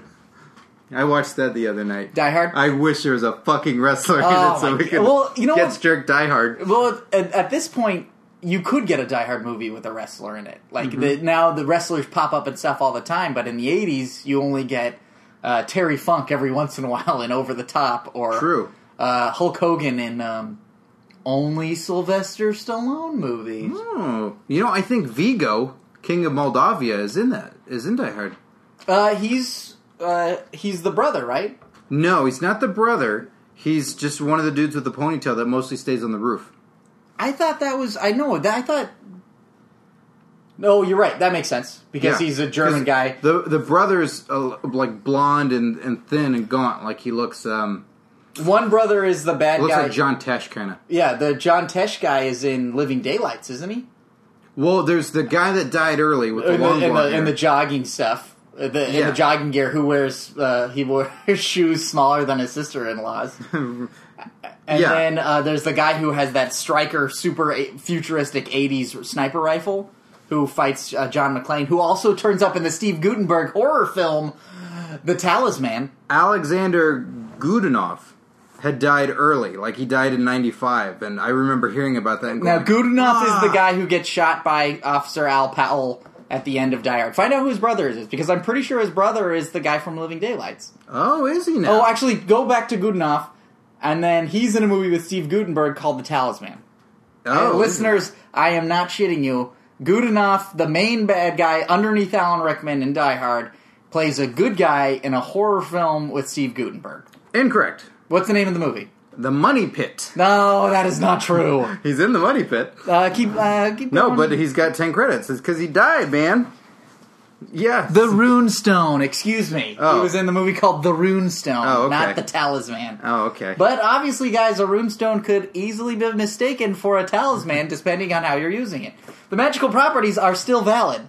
I watched that the other night. Die Hard. I wish there was a fucking wrestler in Oh it so my we God. could Well, you know get what? jerked Die Hard. Well, at, at this point, you could get a Die Hard movie with a wrestler in it. Like Mm-hmm. the, now, the wrestlers pop up and stuff all the time, but in the '80s, you only get uh, Terry Funk every once in a while in Over the Top or True. uh, Hulk Hogan in um, only Sylvester Stallone movies. Oh, you know, I think Vigo, King of Moldavia, is in that. Is in Die Hard. Uh, he's uh, he's the brother, right? No, he's not the brother. He's just one of the dudes with the ponytail that mostly stays on the roof. I thought that was I know that I thought. No, you're right. That makes sense because Yeah. he's a German 'Cause guy. The the brother's uh, like blonde and, and thin and gaunt. Like he looks um One brother is the bad looks guy. like John Tesh kind of. Yeah, the John Tesh guy is in Living Daylights, isn't he? Well, there's the guy that died early with the In the, long in, blonde the, in the hair. jogging stuff, uh, the, in Yeah. the jogging gear, who wears uh, he wears shoes smaller than his sister in laws. And Yeah. then uh, there's the guy who has that striker, super a- futuristic '80s sniper rifle, who fights uh, John McClane, who also turns up in the Steve Gutenberg horror film, The Talisman. Alexander Gudinov had died early. Like he died in '95, and I remember hearing about that. And going, Now, Goodenough "Ah." is the guy who gets shot by Officer Al Powell at the end of Die Hard. Find out who his brother is, because I'm pretty sure his brother is the guy from Living Daylights. Oh, is he now? Oh, actually, go back to Goodenough, and then he's in a movie with Steve Gutenberg called The Talisman. Oh, And listeners, I am not shitting you. Goodenough, the main bad guy underneath Alan Rickman in Die Hard, plays a good guy in a horror film with Steve Gutenberg. incorrect. What's the name of the movie? The Money Pit. No, that is not true. He's in the Money Pit. Uh, keep, uh, keep No, going. but he's got ten credits. It's because he died, man. Yeah. The Rune Stone, excuse me. He Oh. was in the movie called The Rune Stone, Oh, okay. not The Talisman. oh, okay. But obviously, guys, a rune stone could easily be mistaken for a talisman depending on how you're using it. The magical properties are still valid.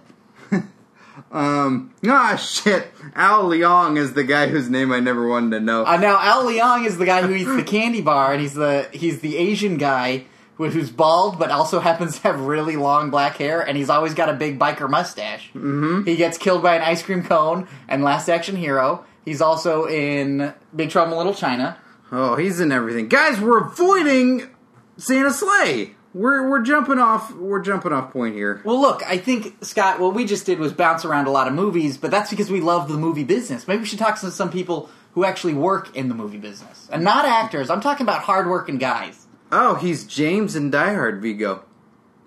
um, ah, shit. Al Leong is the guy whose name I never wanted to know. Uh, now, Al Leong is the guy who eats the candy bar, and he's the he's the Asian guy who- who's bald but also happens to have really long black hair, and he's always got a big biker mustache. Mm-hmm. He gets killed by an ice cream cone and Last Action Hero. He's also in Big Trouble in Little China. Oh, he's in everything. Guys, we're avoiding Santa Sleigh. We're we're jumping off we're jumping off point here. Well, look, I think Scott, what we just did was bounce around a lot of movies, but that's because we love the movie business. Maybe we should talk to some people who actually work in the movie business and not actors. I'm talking about hardworking guys. Oh, he's James in Die Hard Vigo.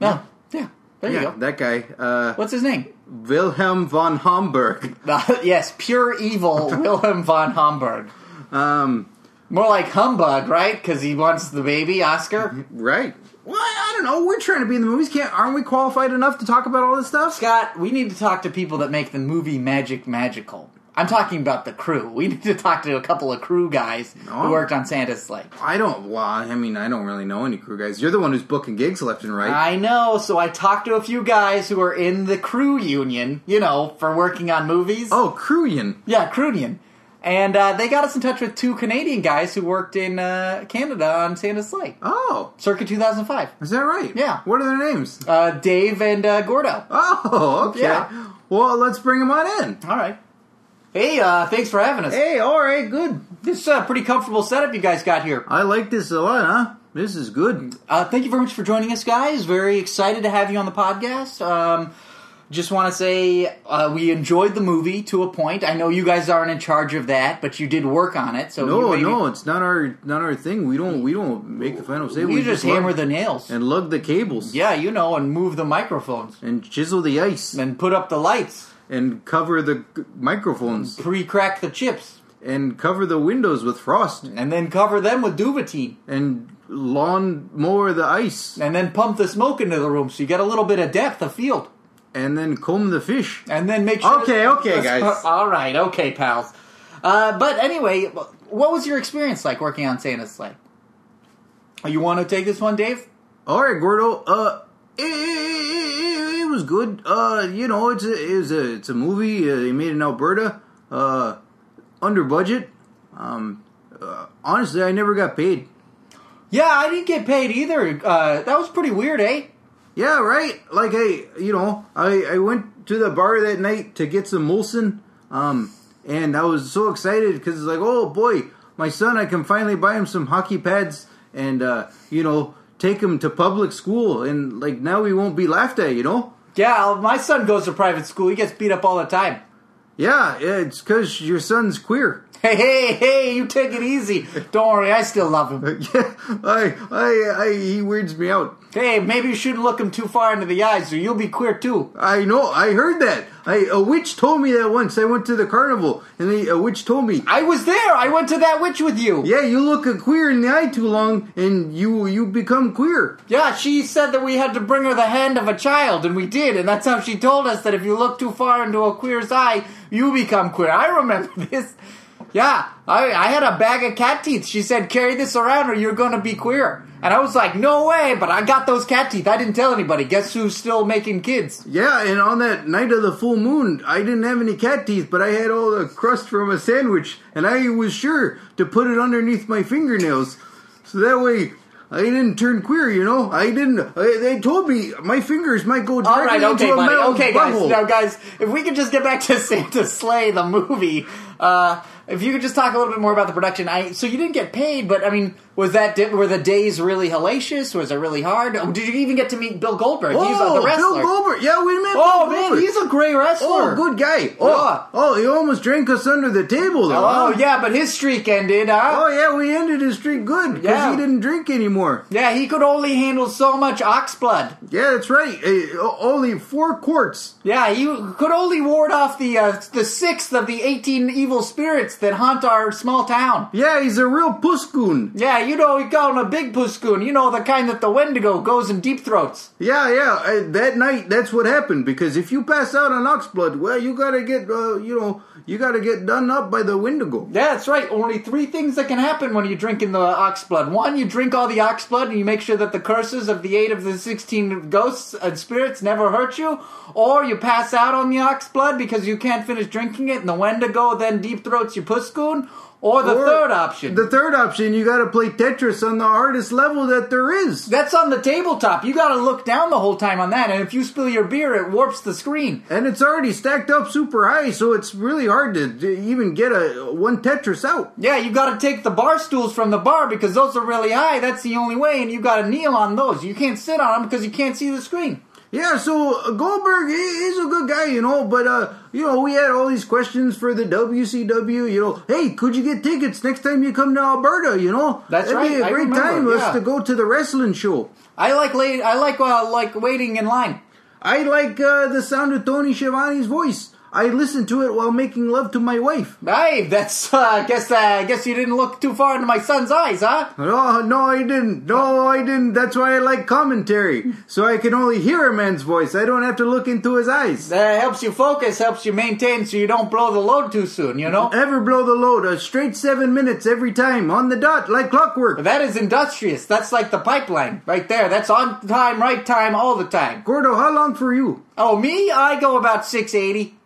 No, yeah, there you Yeah, go. that guy. Uh, What's his name? Wilhelm von Homburg. yes, pure evil Wilhelm von Homburg. Um, More like humbug, right? Because he wants the baby Oscar. right. Well, I I don't know. We're trying to be in the movies. Can't aren't we qualified enough to talk about all this stuff? Scott, we need to talk to people that make the movie magic magical. I'm talking about the crew. We need to talk to a couple of crew guys No. who worked on Santa's Sleigh. I don't. Well, I mean, I don't really know any crew guys. You're the one who's booking gigs left and right. I know, so I talked to a few guys who are in the crew union, you know, for working on movies. oh, Cruian. Yeah, crew union. And uh, they got us in touch with two Canadian guys who worked in uh, Canada on Santa's Sleigh, Oh, circa 2005. is that right? Yeah. What are their names? Uh, Dave and uh, Gordo. Oh, okay. Yeah. Well, let's bring them on in. All right. Hey, uh, thanks for having us. Oh. Hey, all right, good. This is a pretty comfortable setup you guys got here. I like this a lot, huh? This is good. Uh, thank you very much for joining us, guys. Very excited to have you on the podcast. Um, just want to say uh, we enjoyed the movie to a point. I know you guys aren't in charge of that, but you did work on it. So No, you maybe- no, it's not our not our thing. We don't we don't make the final say. you we just hammer lug- the nails. and lug the cables. yeah, you know, and move the microphones And chisel the ice and put up the lights, and cover the g- microphones pre-crack the chips, and cover the windows with frost and then cover them with duvetine, and lawn mower the ice and then pump the smoke into the room so you get a little bit of depth of field. and then comb the fish. And then make sure. Okay, okay, guys. All right, okay, pals. Uh, but anyway, what was your experience like working on Santa's sleigh? Oh, You want to take this one, Dave? All right, Gordo. Uh, it, it, it, it was good. Uh, you know, it's a it's a it's a movie. Uh, they made it in Alberta. Uh, under budget. Um, uh, honestly, I never got paid. Yeah, I didn't get paid either. Uh, that was pretty weird, eh? Yeah, right. Like I, you know, I I went to the bar that night to get some Molson. Um, and I was so excited because it's like, oh boy, my son, I can finally buy him some hockey pads and uh, you know, take him to public school and like now we won't be laughed at, you know. Yeah, uh, my son goes to private school. He gets beat up all the time. Yeah, yeah, it's because your son's queer. Hey, hey, hey! You take it easy. Don't worry, I still love him. Yeah, I, I, I, he weirds me out. Hey, maybe you shouldn't look him too far into the eyes, or you'll be queer too. I know, I heard that. I, a witch told me that once. I went to the carnival, and they, a witch told me, I was there. I went to that witch with you. "Yeah, you look a queer in the eye too long, and you, you become queer." Yeah, she said that we had to bring her the hand of a child, and we did, and that's how she told us that if you look too far into a queer's eye, you become queer. I remember this. Yeah, I, I had a bag of cat teeth. She said, carry this around or you're gonna be queer. And I was like, no way, but I got those cat teeth. I didn't tell anybody. Guess who's still making kids? Yeah, and on that night of the full moon, I didn't have any cat teeth, but I had all the crust from a sandwich, and I was sure to put it underneath my fingernails, so that way I didn't turn queer. You know, I didn't. I, they told me my fingers might go All directly right, okay, into a buddy. metal Okay, guys. butthole. Now, guys, if we could just get back to Santa Slay, the movie. Uh, if you could just talk a little bit more about the production. I so you didn't get paid, but I mean, was that did, were the days really hellacious? Was it really hard? Oh, Did you even get to meet Bill Goldberg? he's uh, Oh, the wrestler. Bill Goldberg. Yeah, wait a minute. Oh Bill man, Goldberg. he's a great wrestler. oh good guy. Oh, Yeah. oh, he almost drank us under the table though. Oh huh? yeah, but his streak ended. Huh? Oh yeah, we ended his streak good because Yeah. he didn't drink anymore. Yeah, he could only handle so much ox blood. Yeah, that's right. Eh, o- only four quarts. Yeah, he could only ward off the uh, the sixth of the eighteen evil spirits that haunt our small town. Yeah, he's a real puscoon. Yeah, you know, he got on a big puscoon. You know, the kind that the Wendigo goes in deep throats. Yeah, yeah. eh, that night, that's what happened because if you pass out on ox blood, well, you gotta get, uh, you know, you gotta get done up by the Wendigo. Yeah, that's right. Only three things that can happen when you drink in the ox blood. One, you drink all the ox blood and you make sure that the curses of the eight of the sixteen ghosts and spirits never hurt you. Or you pass out on the ox blood because you can't finish drinking it and the Wendigo then deep throats your puscoon. Or the Or third option. The third option, you got to play Tetris on the hardest level that there is. That's on the tabletop. You gotta look down the whole time on that, and if you spill your beer, it warps the screen. and it's already stacked up super high, so it's really hard to d- even get a one Tetris out. Yeah, you gotta take the bar stools from the bar because those are really high. That's the only way, and you gotta kneel on those. You can't sit on them because you can't see the screen. Yeah, so uh, Goldberg i- is a good guy, you know, but uh, you know, we had all these questions for the WCW, you know, hey, could you get tickets next time you come to Alberta, you know? That's That'd be right, a I great remember, time for us yeah. to go to the wrestling show. I like late. I like uh, like waiting in line. I like uh, the sound of Tony Schiavone's voice. I listen to it while making love to my wife. Hey, that's. Uh, I guess. Uh, I guess you didn't look too far into my son's eyes, huh? No, no, I didn't. No, I didn't. That's why I like commentary. So I can only hear a man's voice. I don't have to look into his eyes. That helps you focus, helps you maintain, so you don't blow the load too soon. You know. Ever blow the load a straight seven minutes every time on the dot like clockwork. That is industrious. That's like the pipeline right there. That's on time, right time, all the time. Gordo, how long for you? Oh, me? I go about 680.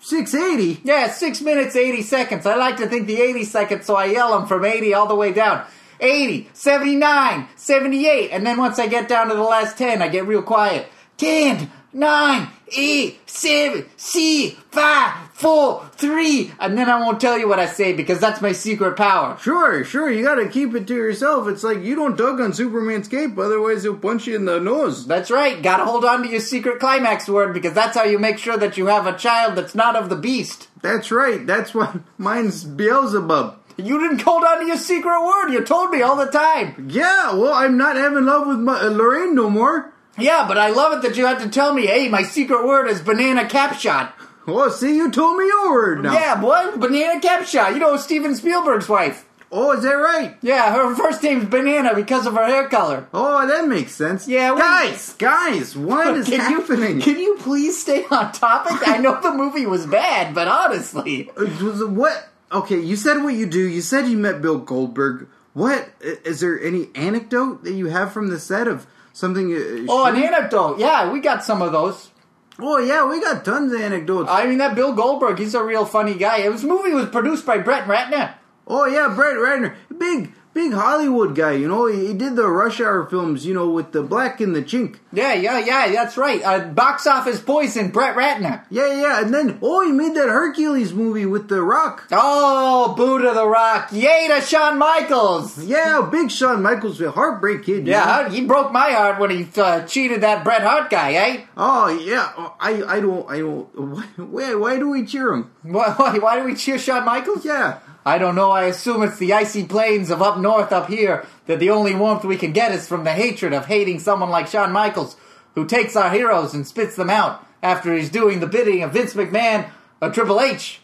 680? Yeah, 6 minutes 80 seconds. I like to think the 80 seconds, so I yell them from 80 all the way down. 80, 79, 78. And then once I get down to the last 10, I get real quiet. 10, 9, 8, 7, 6, 5, 4, 3. And then I won't tell you what I say because that's my secret power. Sure, sure, you gotta keep it to yourself. It's like you don't tug on Superman's cape, otherwise he'll punch you in the nose. That's right. Gotta hold on to your secret climax word because that's how you make sure that you have a child that's not of the beast. That's right, that's why mine's Beelzebub. You didn't hold on to your secret word. You told me all the time. Yeah, well, I'm not having love with my, uh, Lorraine no more. Yeah, but I love it that you had to tell me, hey, my secret word is banana cap shot. Oh, see, you told me your word now. Yeah, boy, banana cap shot. You know, Steven Spielberg's wife. Oh, is that right? Yeah, her first name's Banana because of her hair color. Oh, that makes sense. Yeah, we- guys, guys, what is Can you- happening? can you please stay on topic? I know the movie was bad, but honestly. Uh, was it- What? Okay, you said what you do. You said you met Bill Goldberg. What i- is there any anecdote that you have from the set of something? Uh, Oh, an shooting? anecdote. Yeah, we got some of those. oh yeah, we got tons of anecdotes. I mean, that Bill Goldberg, he's a real funny guy. His movie was produced by Brett Ratner. oh yeah, Brett Ratner, big big Hollywood guy. You know, he, he did the Rush Hour films. You know, with the Black and the Chink. Yeah, yeah, yeah, that's right. Uh, box office poison, Brett Ratner. Yeah, yeah, and then oh, he made that Hercules movie with the Rock. Oh, boo to the rock. Yay to Shawn Michaels. Yeah, big Shawn Michaels, with Heartbreak Kid. you know? Yeah, he broke my heart when he uh, cheated that Bret Hart guy, eh? Oh yeah, oh, I I don't I don't why why do we cheer him? Why, why, why do we cheer Shawn Michaels? Yeah, I don't know. I assume it's the icy plains of up north up here that the only warmth we can get is from the hatred of hating someone like Shawn Michaels, who takes our heroes and spits them out after he's doing the bidding of Vince McMahon or Triple H.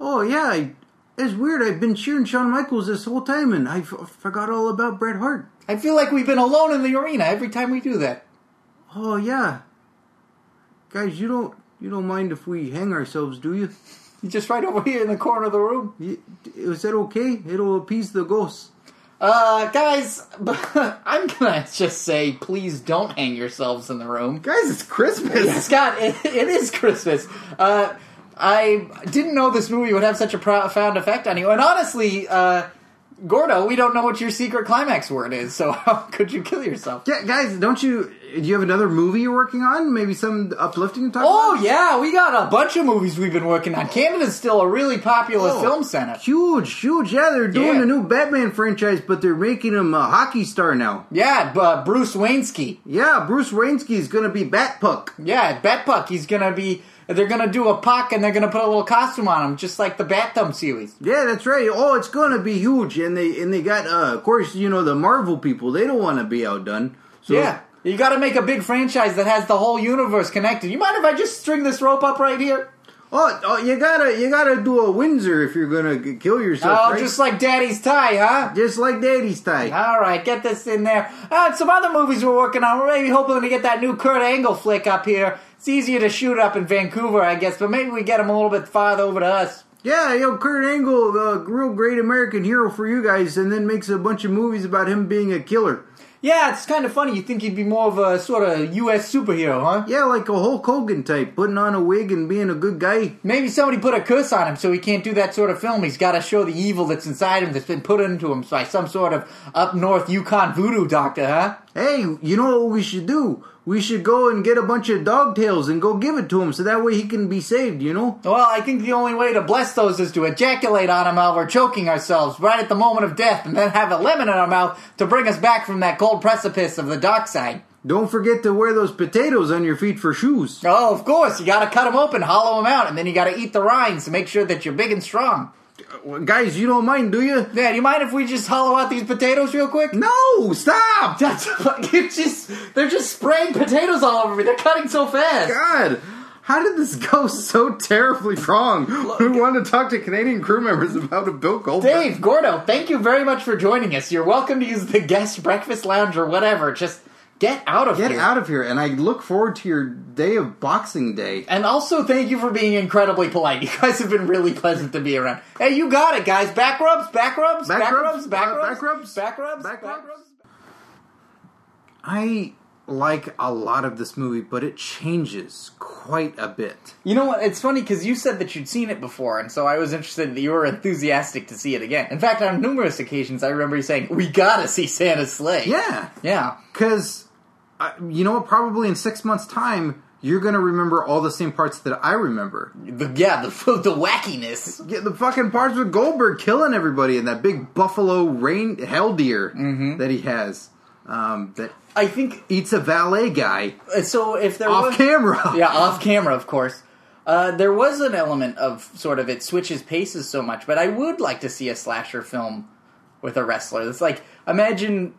oh yeah, I, it's weird. I've been cheering Shawn Michaels this whole time, and I f- forgot all about Bret Hart. I feel like we've been alone in the arena every time we do that. Oh yeah, guys, you don't you don't mind if we hang ourselves, do you? Just right over here in the corner of the room. Y- Is that okay? It'll appease the ghosts. Uh, guys, I'm gonna just say please don't hang yourselves in the room. Guys, it's Christmas. Scott, it, it is Christmas. Uh, I didn't know this movie would have such a profound effect on you. And honestly, uh, Gordo, we don't know what your secret climax word is, so how could you kill yourself? Yeah, guys, don't you? Do you have another movie you're working on? Maybe some uplifting to talk Oh, about? yeah, we got a bunch of movies we've been working on. Canada's still a really popular Oh. film center. Huge, huge. Yeah, they're doing Yeah. a new Batman franchise, but they're making him a hockey star now. Yeah, b- uh, Bruce Waynesky. Yeah, Bruce Waynesky is gonna be Batpuck. Yeah, Batpuck, he's gonna be. They're gonna do a puck and they're gonna put a little costume on him, just like the Bat Dump series. Yeah, that's right. Oh, it's gonna be huge, and they and they got, uh, of course, you know the Marvel people. They don't want to be outdone. So, Yeah. You gotta make a big franchise that has the whole universe connected. You mind if I just string this rope up right here? Oh, oh, you gotta you gotta do a Windsor if you're gonna g- kill yourself. Oh, right? just like Daddy's tie, huh? Just like Daddy's tie. All right, get this in there. Uh, and some other movies we're working on. We're maybe hoping to get that new Kurt Angle flick up here. It's easier to shoot up in Vancouver, I guess, but maybe we get him a little bit farther over to us. Yeah, yo, Kurt Angle, the real great American hero for you guys, and then makes a bunch of movies about him being a killer. yeah, it's kind of funny. You think you'd be more of a sort of U.S. superhero, huh? Yeah, like a Hulk Hogan type, putting on a wig and being a good guy. Maybe somebody put a curse on him so he can't do that sort of film. He's got to show the evil that's inside him that's been put into him by some sort of up north Yukon voodoo doctor, huh? Hey, you know what we should do? We should go and get a bunch of dog tails and go give it to him, so that way he can be saved. You know? Well, I think the only way to bless those is to ejaculate on them while we're choking ourselves right at the moment of death and then have a lemon in our mouth to bring us back from that cold precipice of the dark side. Don't forget to wear those potatoes on your feet for shoes. Oh, of course, you gotta cut them open, hollow them out, and then you gotta eat the rinds to make sure that you're big and strong. Guys, you don't mind, do you? Yeah, do you mind if we just hollow out these potatoes real quick? No, stop! That's you just they're just spraying potatoes all over me. They're cutting so fast. God, how did this go so terribly wrong? we wanted to talk to Canadian crew members about a Bill Goldberg. Dave Gordo, thank you very much for joining us. You're welcome to use the guest breakfast lounge or whatever. Just get out of Get here. out of here, and I look forward to your day of Boxing Day. And also, thank you for being incredibly polite. You guys have been really pleasant to be around. Hey, you got it, guys. Back rubs, back rubs, back, Back rubs, rubs, back uh, rubs, back rubs, back rubs, back rubs. rubs. I like a lot of this movie, but it changes quite a bit. You know what? It's funny because you said that you'd seen it before, and so I was interested that you were enthusiastic to see it again. In fact, on numerous occasions, I remember you saying, "We gotta see Santa's sleigh." Yeah, yeah. because you know what? Probably in six months' time, you're going to remember all the same parts that I remember. The, yeah, the the wackiness. Yeah, the fucking parts with Goldberg killing everybody and that big buffalo rain hell deer Mm-hmm. that he has um, that I think uh, eats a valet guy so. If there off was, camera. yeah, off camera, of course. Uh, there was an element of sort of it switches paces so much, but I would like to see a slasher film with a wrestler. It's like imagine,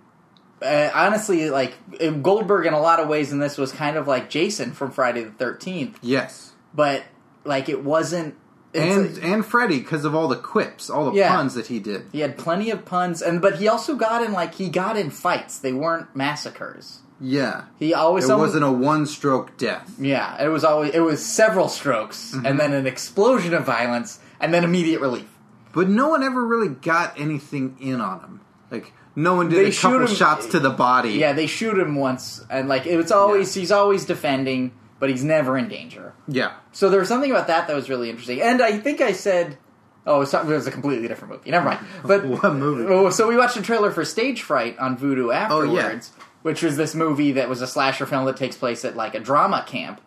uh, honestly, like Goldberg in a lot of ways in this was kind of like Jason from Friday the Thirteenth, Yes, but like it wasn't. It's and like- and Freddy because of all the quips, all the Yeah. puns that he did. he had plenty of puns, and but he also got in like he got in fights. They weren't massacres. Yeah, He always it some- wasn't a one-stroke death. Yeah, it was always it was several strokes and then an explosion of violence and then immediate relief. But no one ever really got anything in on him. Like no one did They a couple shoot him- shots to the body. Yeah, they shoot him once and like it's always he's always defending, but he's never in danger. yeah. So there was something about that that was really interesting. And I think I said Oh, so- it was a completely different movie. Never mind. But What movie? Oh, Oh, so we watched a trailer for Stage Fright on Voodoo yeah. afterwards, which was this movie that was a slasher film that takes place at like a drama camp,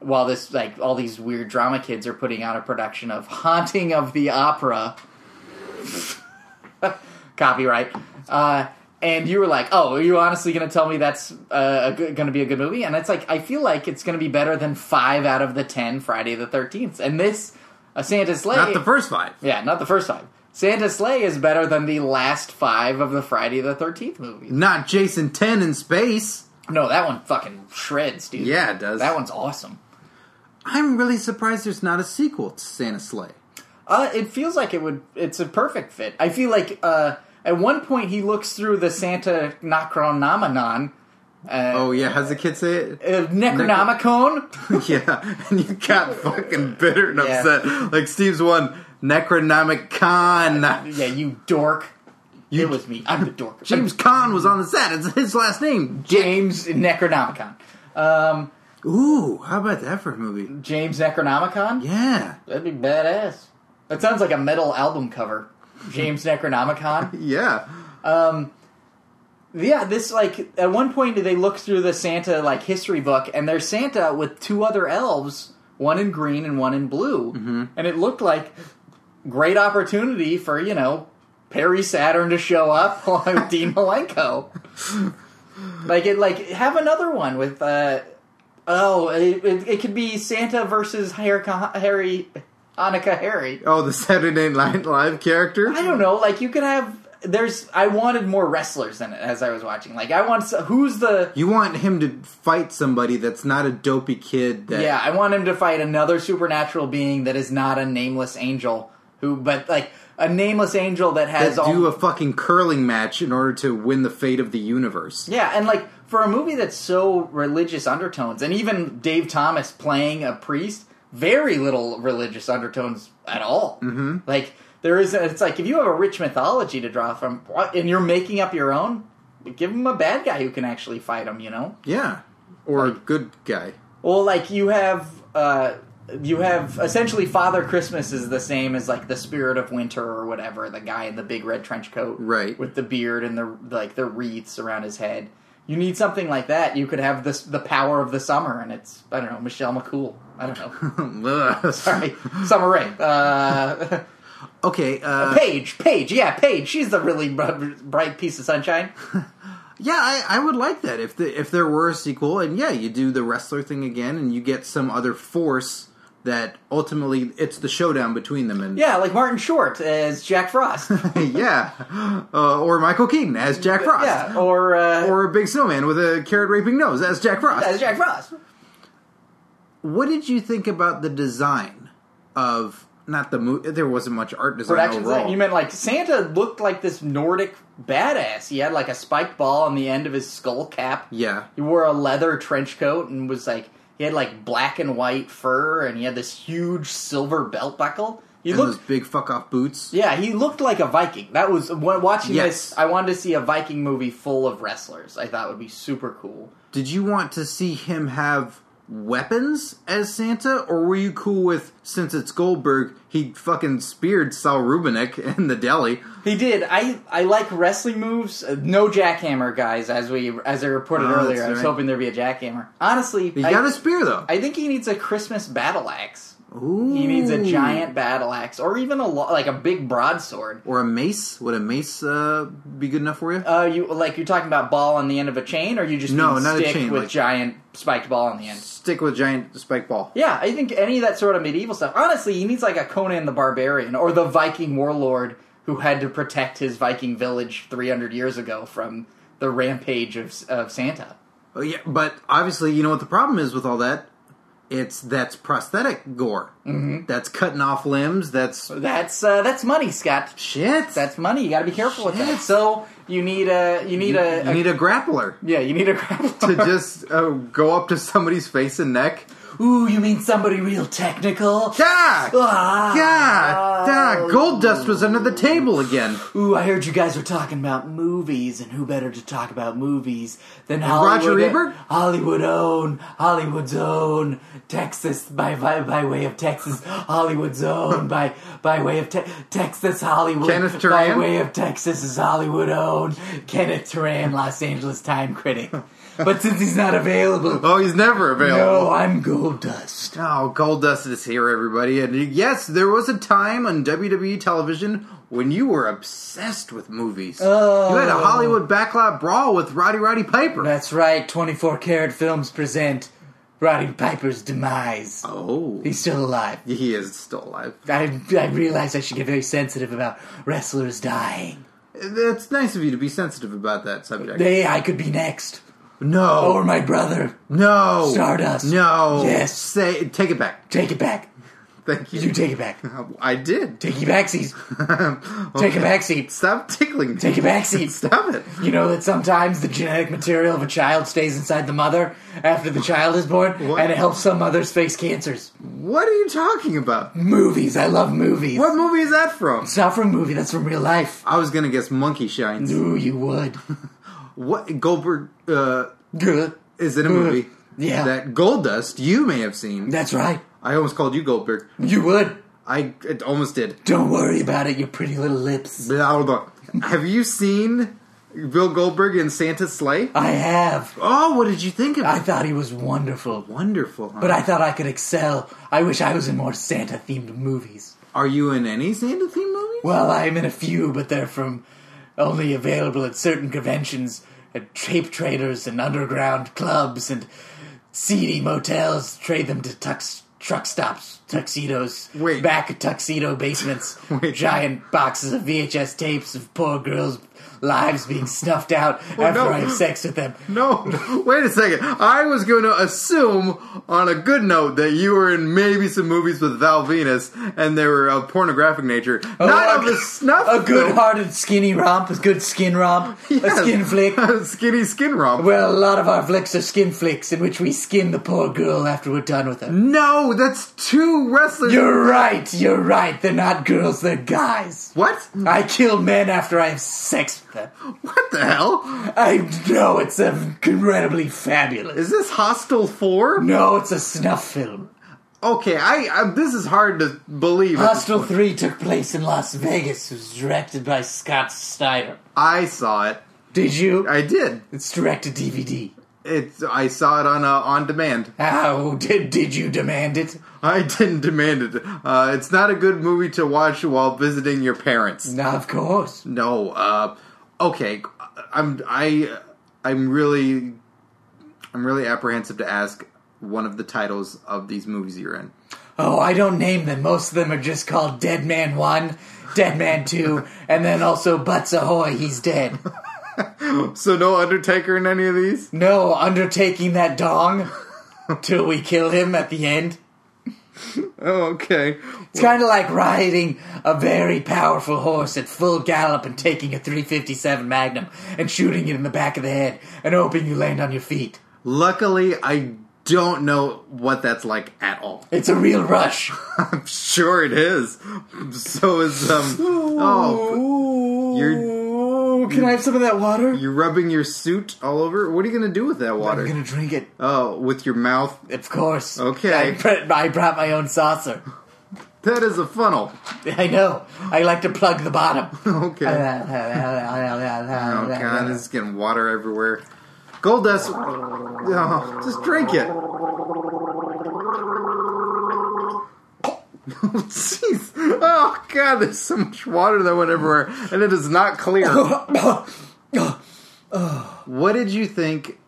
while this like all these weird drama kids are putting on a production of Haunting of the Opera. Copyright. Uh, and you were like, "Oh, are you honestly going to tell me that's uh, going to be a good movie?" And it's like I feel like it's going to be better than five out of the ten Friday the Thirteenth, and this. A Santa's Slay. Not the first five. Yeah, not the first time. Santa Slay is better than the last five of the Friday the 13th movie. Not Jason Ten in space. No, that one fucking shreds, dude. Yeah, it does. That one's awesome. I'm really surprised there's not a sequel to Santa Slay. Uh, it feels like it would, it's a perfect fit. I feel like, uh, at one point he looks through the Santa Necronomicon. Uh, Oh yeah, how's the kid say it? uh, Necronomicon? yeah, and you got fucking bitter and Yeah. upset. Like Steve's one Necronomicon. yeah, you dork. You- it was me. I'm the dork. James Kahn was on the set. It's his last name. James Necronomicon. Um, Ooh, how about that for a movie? James Necronomicon? Yeah, That'd be badass. That sounds like a metal album cover. James Necronomicon. yeah. Yeah, this like at one point they look through the Santa like history book and there's Santa with two other elves, one in green and one in blue, and it looked like great opportunity for you know Perry Saturn to show up along with Dean Malenko. Like it, like have another one with uh oh it, it, it could be Santa versus Harry Harry Hanukkah Harry. Oh, the Saturday Night Live character. I don't know. Like you could have. There's. I wanted more wrestlers in it as I was watching. Like I want. s- Who's the? You want him to fight somebody that's not a dopey kid. That, Yeah, I want him to fight another supernatural being that is not a nameless angel. Who, but like a nameless angel that has that all. do a fucking curling match in order to win the fate of the universe. yeah, and like for a movie that's so religious undertones, and even Dave Thomas playing a priest, very little religious undertones at all. Mm-hmm. Like there is. It's like if you have a rich mythology to draw from, what- and you're making up your own. give him a bad guy who can actually fight him. You know. Yeah. Or a good guy. Well, like you have, uh, you have essentially Father Christmas is the same as like the Spirit of Winter or whatever. The guy in the big red trench coat, Right. with the beard and the like the wreaths around his head. You need something like that. You could have this the power of the summer, and it's I don't know Michelle McCool. I don't know. Sorry, Summer Rae. Uh, okay. Uh, Paige, Paige, yeah, Paige. She's the really br- bright piece of sunshine. Yeah, I, I would like that if the, if there were a sequel, and yeah, you do the wrestler thing again, and you get some other force that ultimately it's the showdown between them, and Yeah, like Martin Short as Jack Frost. yeah, uh, or Michael Keaton as Jack Frost, yeah, or uh, or a big snowman with a carrot raping nose as Jack Frost. as Jack Frost. What did you think about the design of not the movie? There wasn't much art design production overall. design. You meant like Santa looked like this Nordic badass. He had like a spiked ball on the end of his skull cap. yeah, He wore a leather trench coat and was like he had like black and white fur and he had this huge silver belt buckle. He and looked those big fuck off boots. yeah, he looked like a Viking. That was when watching Yes. this. I wanted to see a Viking movie full of wrestlers. I thought would be super cool. Did you want to see him have weapons as Santa, or were you cool with since it's Goldberg, he fucking speared Sal Rubinek in the deli? He did. I I like wrestling moves. Uh, no jackhammer, guys. As we as I reported Oh, earlier, that's I was right. hoping there'd be a jackhammer. Honestly, He I- got a spear though. I think he needs a Christmas battle axe. Ooh. He needs a giant battle axe, or even a lo- like a big broadsword. or a mace. Would a mace uh, be good enough for you? Uh, you like you're talking about ball on the end of a chain, or you just No, mean not a stick chain, with like- giant spiked ball on the end. Stick with giant spike ball. Yeah, I think any of that sort of medieval stuff. Honestly, he needs like a Conan the Barbarian or the Viking warlord who had to protect his Viking village 300 years ago from the rampage of of Santa. Oh, yeah, but obviously, you know what the problem is with all that? It's that's prosthetic gore. Mm-hmm. That's cutting off limbs. That's That's uh, that's money, Scott. shit. That's money. You got to be careful with Shit. that. So you need a you need a, you need a grappler yeah you need a to just uh, go up to somebody's face and neck. Ooh, you mean somebody real technical? Yeah. Ah. God, God, gold dust was under the table again. Ooh, I heard you guys were talking about movies, and who better to talk about movies than Roger Hollywood? Ebert? Hollywood own, Hollywood's own, Texas by by, by way of Texas, Hollywood's own by by way of te- Texas, Hollywood Hmm. Kenneth by Turan? way of Texas is Hollywood own, Kenneth Turan, Los Angeles Time critic. but since he's not available, Oh, he's never available. no, I'm Gold Dust. Oh, gold dust is here, everybody. And yes, there was a time on WWE television when you were obsessed with movies. Oh. You had a Hollywood backlot brawl with Roddy Roddy Piper. That's right, 24 Karat Films present Roddy Piper's demise. oh, He's still alive. he is still alive. I, I realize I should get very sensitive about wrestlers dying. It's nice of you to be sensitive about that subject. Hey, I could be next. no, Or my brother. no, Stardust. No, Yes. Say, take it back. Take it back. Thank you. You take it back. I did. Take your back seats. Take your back seats. Stop tickling me. Take your back seats. Stop it. You know that sometimes the genetic material of a child stays inside the mother after the child is born, What? and it helps some mothers face cancers. What are you talking about? Movies. I love movies. What movie is that from? It's not from a movie, that's from real life. I was gonna guess Monkey Shines. Ooh, you would. What Goldberg uh, Good. is in a movie? Mm. Yeah. that Gold Dust you may have seen. That's right. I almost called you Goldberg. You would. I it almost did. Don't worry about it, your pretty little lips. Blah, blah, blah. have you seen Bill Goldberg in Santa's sleigh? I have. Oh, what did you think of Uh, I it? thought he was wonderful, Wonderful. Huh? but I thought I could excel. I wish I was in more Santa themed movies. are you in any Santa theme movie? Well, I'm in a few, but they're from only available at certain conventions, at tape traders and underground clubs and seedy motels. Trade them to tux, truck stops, tuxedos, Wait. back of tuxedo basements, Wait. giant boxes of VHS tapes of poor girls' lives being snuffed out Oh, after no. I have sex with them. No, wait a second. I was going to assume on a good note that you were in maybe some movies with Val Venus and they were of pornographic nature, not Oh, a of the good- snuff. A good film. hearted skinny romp, a good skin romp, Yes. a skin flick. skinny skin romp. Well, a lot of our flicks are skin flicks in which we skin the poor girl after we're done with her. no No, that's two wrestlers. You're right, you're right. They're not girls, they're guys. what? I kill men after I have sex with them. What the hell? I know it's incredibly fabulous. Is this Hostile 4? No, it's a snuff film. Okay, I, I this is hard to believe. at this Hostel point. 3 took place in Las Vegas. It was directed by Scott Snyder. I saw it. Did you? I did. It's direct to DVD. It's I saw it on uh, on demand. How did, did you demand it? I didn't demand it. Uh, it's not a good movie to watch while visiting your parents. No, of course. No. Uh, okay, I'm I I'm really I'm really apprehensive to ask one of the titles of these movies you're in. Oh, I don't name them. Most of them are just called Dead Man 1, Dead Man 2, and then also Butts Ahoy, he's dead. So no Undertaker in any of these. No, undertaking that dong till we kill him at the end. Oh, okay. It's kind of like riding a very powerful horse at full gallop and taking a 357 Magnum and shooting it in the back of the head and hoping you land on your feet. Luckily, I don't know what that's like at all. It's a real rush. I'm sure it is. So is um. Oh, you're Ooh, can I have some of that water? you're rubbing your suit all over. What are you gonna do with that water? I'm gonna drink it, Oh, with your mouth. of course. Okay. I, br- I brought my own saucer. That is a funnel. I know. I like to plug the bottom. Okay. Oh god, this is getting water everywhere. Gold dust. Oh, just drink it. Jeez. Oh god, there's so much water that went everywhere, and it is not clear. what did you think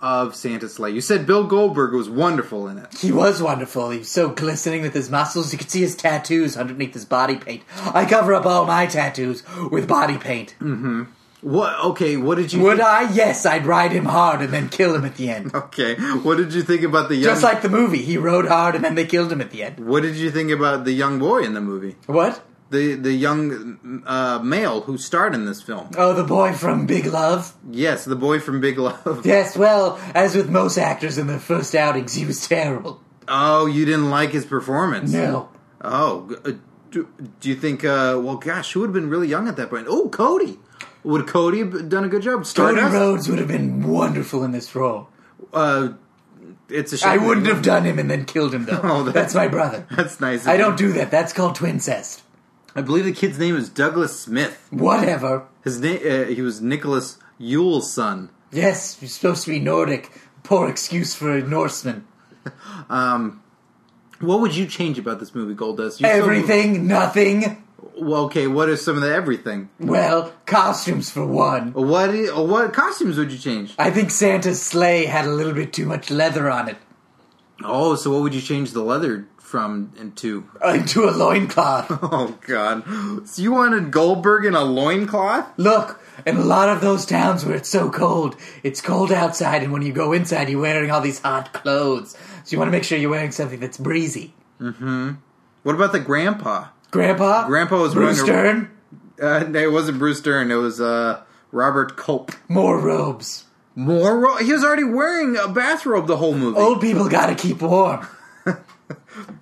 of Santa Slay? You said Bill Goldberg was wonderful in it. He was wonderful. He was so glistening with his muscles. You could see his tattoos underneath his body paint. I cover up all my tattoos with body paint. What? Okay, what did you? Would think- I? Yes, I'd ride him hard and then kill him at the end. okay, what did you think about the young? Just like the movie. He rode hard and then they killed him at the end. what did you think about the young boy in the movie? What? the the young uh, male who starred in this film. Oh, the boy from Big Love? Yes, the boy from Big Love. Yes, well, as with most actors in their first outings, he was terrible. Oh, you didn't like his performance? No. Oh, g- uh, do, do you think? Uh, well, gosh, who would have been really young at that point? Oh, Cody. Would Cody have done a good job? Cody Stardust? Rhodes would have been wonderful in this role. Uh, it's a shame. I wouldn't have done him and then killed him, though. Oh, that- that's my brother. That's nice. I don't do that. That's called twincest. I believe the kid's name is Douglas Smith. Whatever. His name. Uh, he was Nicholas Yule's son. Yes, you're supposed to be Nordic. Poor excuse for a Norseman. What would you change about this movie, Goldust? You're so- Everything, nothing. well, okay. What is some of the everything? Well, costumes for one. What? i- What costumes would you change? I think Santa's sleigh had a little bit too much leather on it. Oh, so what would you change the leather from into? Into a loincloth. Oh god. So you wanted Goldberg in a loincloth? Look, in a lot of those towns where it's so cold, it's cold outside, and when you go inside, you're wearing all these hot clothes. So you want to make sure you're wearing something that's breezy. What about the grandpa? Grandpa? Grandpa was Bruce wearing Stern? Uh, no, it wasn't Bruce Dern, it was uh Robert Culp. More robes. More ro- he was already wearing a bathrobe the whole movie. Old people gotta keep warm.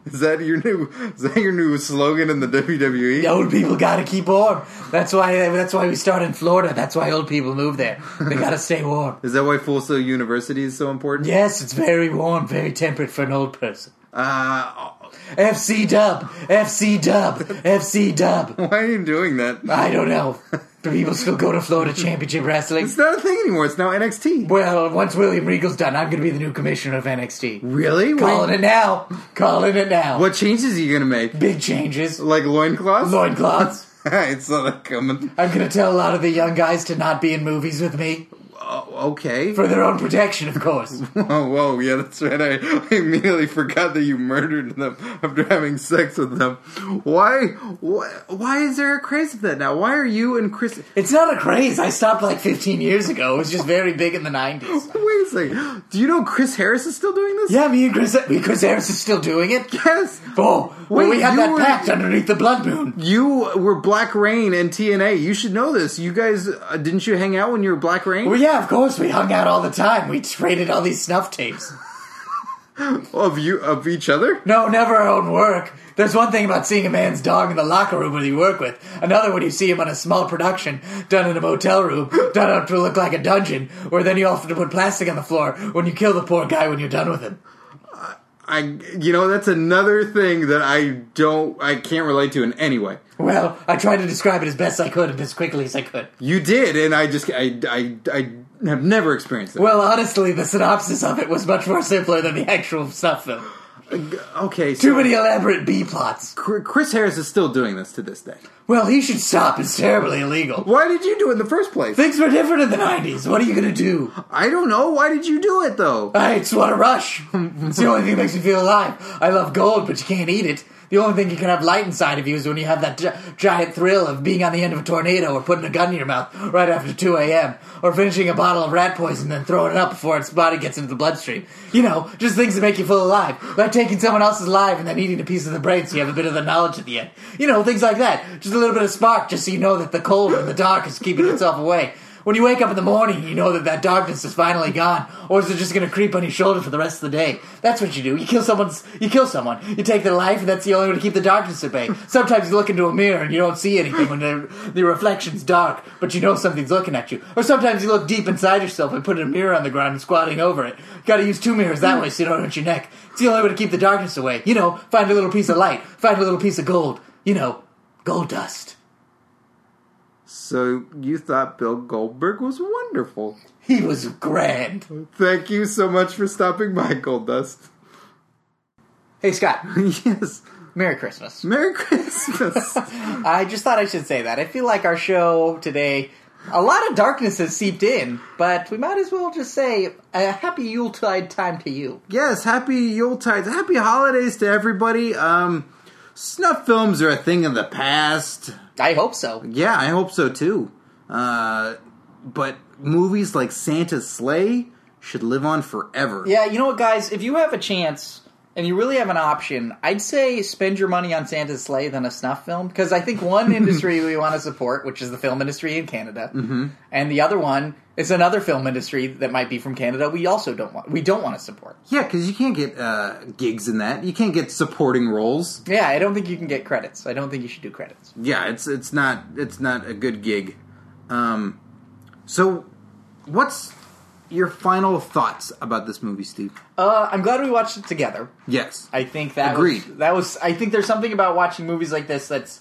Is that your new is that your new slogan in the E? WWE? The old people gotta keep warm. That's why. That's why we start in Florida. That's why old people move there. They gotta stay warm. Is that why Folsom University is so important? Yes, it's very warm, very temperate for an old person. Uh, FC Dub, FC Dub, FC Dub. why are you doing that? I don't know. Do people still go to Florida Championship Wrestling? It's not a thing anymore. It's now NXT. Well, once William Regal's done, I'm gonna be the new commissioner of NXT. Really? Calling it now. Calling it now. What changes are you gonna make? Big changes. Like loincloths? Loincloths. I saw that coming. I'm gonna tell a lot of the young guys to not be in movies with me. Oh, okay. For their own protection, of course. Oh, whoa, yeah, that's right. I, I immediately forgot that you murdered them after having sex with them. Why, why, why is there a craze of that now? Why are you and Chris? It's not a craze. I stopped like 15 years ago. It was just very big in the 90s. Wait a second. Do you know Chris Harris is still doing this? Yeah, me and Chris, me and Chris Harris is still doing it. Yes. Oh, well, Wait, we had you that were- pact underneath the blood moon. You were Black Rain and TNA. You should know this. You guys, uh, didn't you hang out when you were Black Rain? Well, yeah, of course, we hung out all the time. We traded all these snuff tapes. of you of each other. No, never our own work. There's one thing about seeing a man's dog in the locker room when you work with, another when you see him on a small production, done in a motel room, done up to look like a dungeon, where then you often put plastic on the floor when you kill the poor guy when you're done with him. I you know that's another thing that I don't I can't relate to in any way. Well, I tried to describe it as best I could and as quickly as I could. You did, and I just I I, I have never experienced it. Well, honestly, the synopsis of it was much more simpler than the actual stuff, though. okay, Too so many elaborate B plots. Chr- Chris Harris is still doing this to this day. Well, he should stop. It's terribly illegal. Why did you do it in the first place? Things were different in the 90s. What are you going to do? I don't know. Why did you do it though? I just want to rush. It's the only thing that makes me feel alive. I love gold, but you can't eat it. The only thing you can have light inside of you is when you have that gi- giant thrill of being on the end of a tornado or putting a gun in your mouth right after 2 a.m. or finishing a bottle of rat poison and then throwing it up before its body gets into the bloodstream. You know, just things that make you feel alive. Like taking someone else's life and then eating a piece of the brain so you have a bit of the knowledge at the end. You know, things like that. Just a little bit of spark just so you know that the cold and the dark is keeping itself away. When you wake up in the morning, you know that that darkness is finally gone, or is it just going to creep on your shoulder for the rest of the day? That's what you do. You kill someone's, you kill someone, you take their life, and that's the only way to keep the darkness at bay. Sometimes you look into a mirror and you don't see anything when the, the reflection's dark, but you know something's looking at you. Or sometimes you look deep inside yourself and put a mirror on the ground and squatting over it. Got to use two mirrors that way so you don't hurt your neck. It's the only way to keep the darkness away. You know, find a little piece of light, find a little piece of gold. You know, gold dust. So you thought Bill Goldberg was wonderful. He was grand. Thank you so much for stopping by, Goldust. Hey, Scott. yes. Merry Christmas. Merry Christmas. I just thought I should say that. I feel like our show today, a lot of darkness has seeped in, but we might as well just say a happy Yuletide time to you. yes, happy Yuletides. Happy holidays to everybody. Um, snuff films are a thing of the past. I hope so. Yeah, I hope so too. Uh, but movies like Santa's Sleigh should live on forever. Yeah, you know what, guys? If you have a chance and you really have an option, I'd say spend your money on Santa's Sleigh than a snuff film because I think one industry we want to support, which is the film industry in Canada, and the other one is another film industry that might be from Canada. We also don't want we don't want to support. Yeah, because you can't get uh, gigs in that. You can't get supporting roles. Yeah, I don't think you can get credits. I don't think you should do credits. Yeah, it's it's not it's not a good gig. Um, so, what's your final thoughts about this movie, Steve? Uh, I'm glad we watched it together. Yes, I think that Agreed. Was, that was. I think there's something about watching movies like this that's.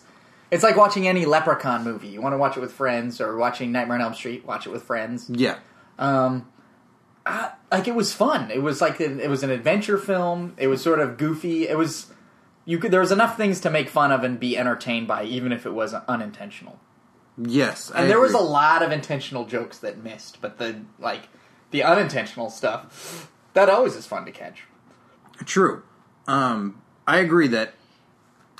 It's like watching any Leprechaun movie. You want to watch it with friends, or watching Nightmare on Elm Street. Watch it with friends. yeah. Um, I, like it was fun. It was like an, it was an adventure film. It was sort of goofy. It was you could there was enough things to make fun of and be entertained by, even if it was unintentional. Yes, And there was a lot of intentional jokes that missed, but the like the unintentional stuff that always is fun to catch. true. Um, I agree that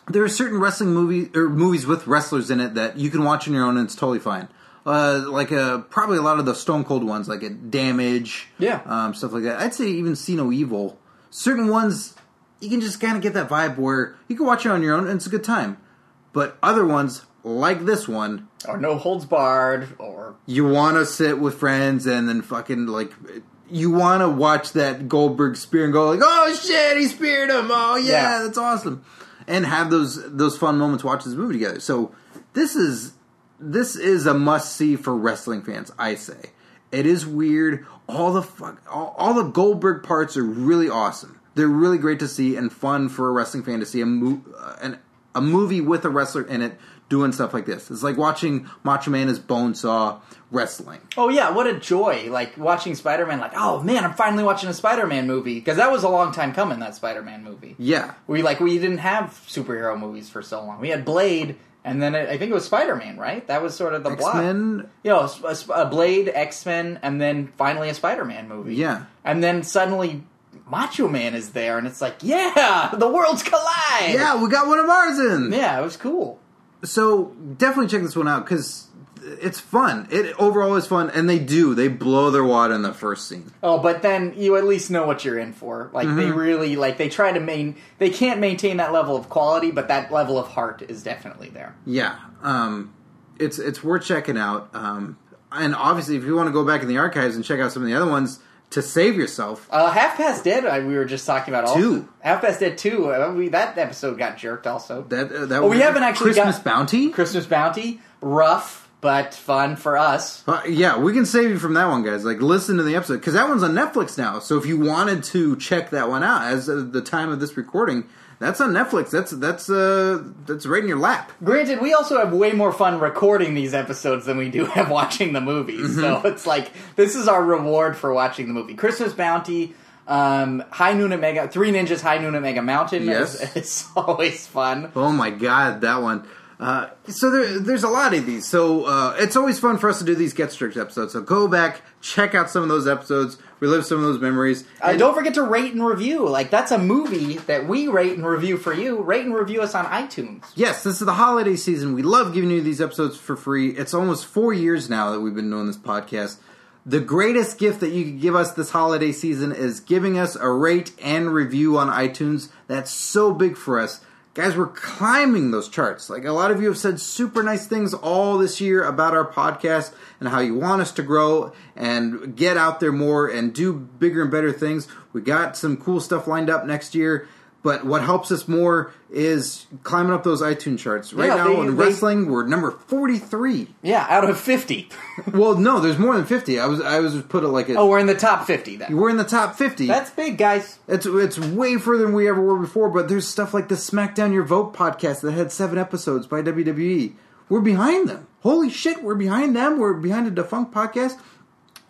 there are certain wrestling movies or movies with wrestlers in it that you can watch on your own and it's totally fine. Uh, like uh, probably a lot of the Stone Cold ones, like uh, Damage, Yeah. um, stuff like that. I'd say even See No Evil. Certain ones you can just kind of get that vibe where you can watch it on your own and it's a good time. But other ones like this one, Or no holds barred, or you want to sit with friends and then fucking like you want to watch that Goldberg spear and go like, oh shit, he speared him. Oh yeah, Yeah. that's awesome, and have those those fun moments watch this movie together. So this is this is a must see for wrestling fans. I say it is weird. All the fuck, all, all the Goldberg parts are really awesome. They're really great to see and fun for a wrestling fan to see a mo- uh, an, a movie with a wrestler in it doing stuff like this. It's like watching Macho Man as Bonesaw wrestling. Oh yeah, what a joy! Like watching Spider Man. Like oh man, I'm finally watching a Spider Man movie because that was a long time coming. That Spider Man movie. Yeah, We like we didn't have superhero movies for so long. We had Blade, and then it, I think it was Spider Man, right? That was sort of the X block. Men. You know, a, sp- a Blade, X Men, and then finally a Spider Man movie. Yeah. and then suddenly Macho Man is there, and it's like, yeah, the worlds collide. Yeah, we got one of ours in. yeah, it was cool. so definitely check this one out because it's fun. It overall is fun, and they do they blow their wad in the first scene. Oh, but then you at least know what you're in for. Like Mm-hmm. they really like they try to main they can't maintain that level of quality, but that level of heart is definitely there. Yeah, um, it's it's worth checking out. Um, and obviously, if you want to go back in the archives and check out some of the other ones, to save yourself. Uh, Half Past Dead, I, we were just talking about. also. Two. Half Past Dead 2. uh, we, that episode got jerked also. That uh, that Well, we haven't actually Christmas got- bounty. Christmas Bounty, rough, but fun for us. Uh, yeah, we can save you from that one, guys. Like, listen to the episode because that one's on Netflix now. So if you wanted to check that one out as of the time of this recording, that's on Netflix. That's that's uh that's right in your lap. Granted, we also have way more fun recording these episodes than we do have watching the movies. So it's like, this is our reward for watching the movie. Christmas Bounty, um, High Noon at Mega, Three Ninjas High Noon at Mega Mountain. Yes. It's, always fun. Oh my god, that one. Uh, so there, there's a lot of these. So uh, it's always fun for us to do these Get Strict episodes. So go back, check out some of those episodes, relive some of those memories. Uh, don't forget to rate and review. Like, that's a movie that we rate and review for you. Rate and review us on iTunes. Yes, this is the holiday season. We love giving you these episodes for free. It's almost four years now that we've been doing this podcast. The greatest gift that you could give us this holiday season is giving us a rate and review on iTunes. That's so big for us. Guys, we're climbing those charts. Like a lot of you have said super nice things all this year about our podcast and how you want us to grow and get out there more and do bigger and better things. We got some cool stuff lined up next year. But what helps us more is climbing up those iTunes charts. Right Yeah, now they- in they- wrestling, we're number forty-three. Yeah, out of 50. well, no, there's more than fifty. I was I was put it like a, oh, we're in the top 50 then. we're in the top fifty. That's big, guys. it's it's way further than we ever were before. But there's stuff like the SmackDown Your Vote podcast that had seven episodes by WWE. We're behind them. Holy shit, we're behind them. We're behind a defunct podcast.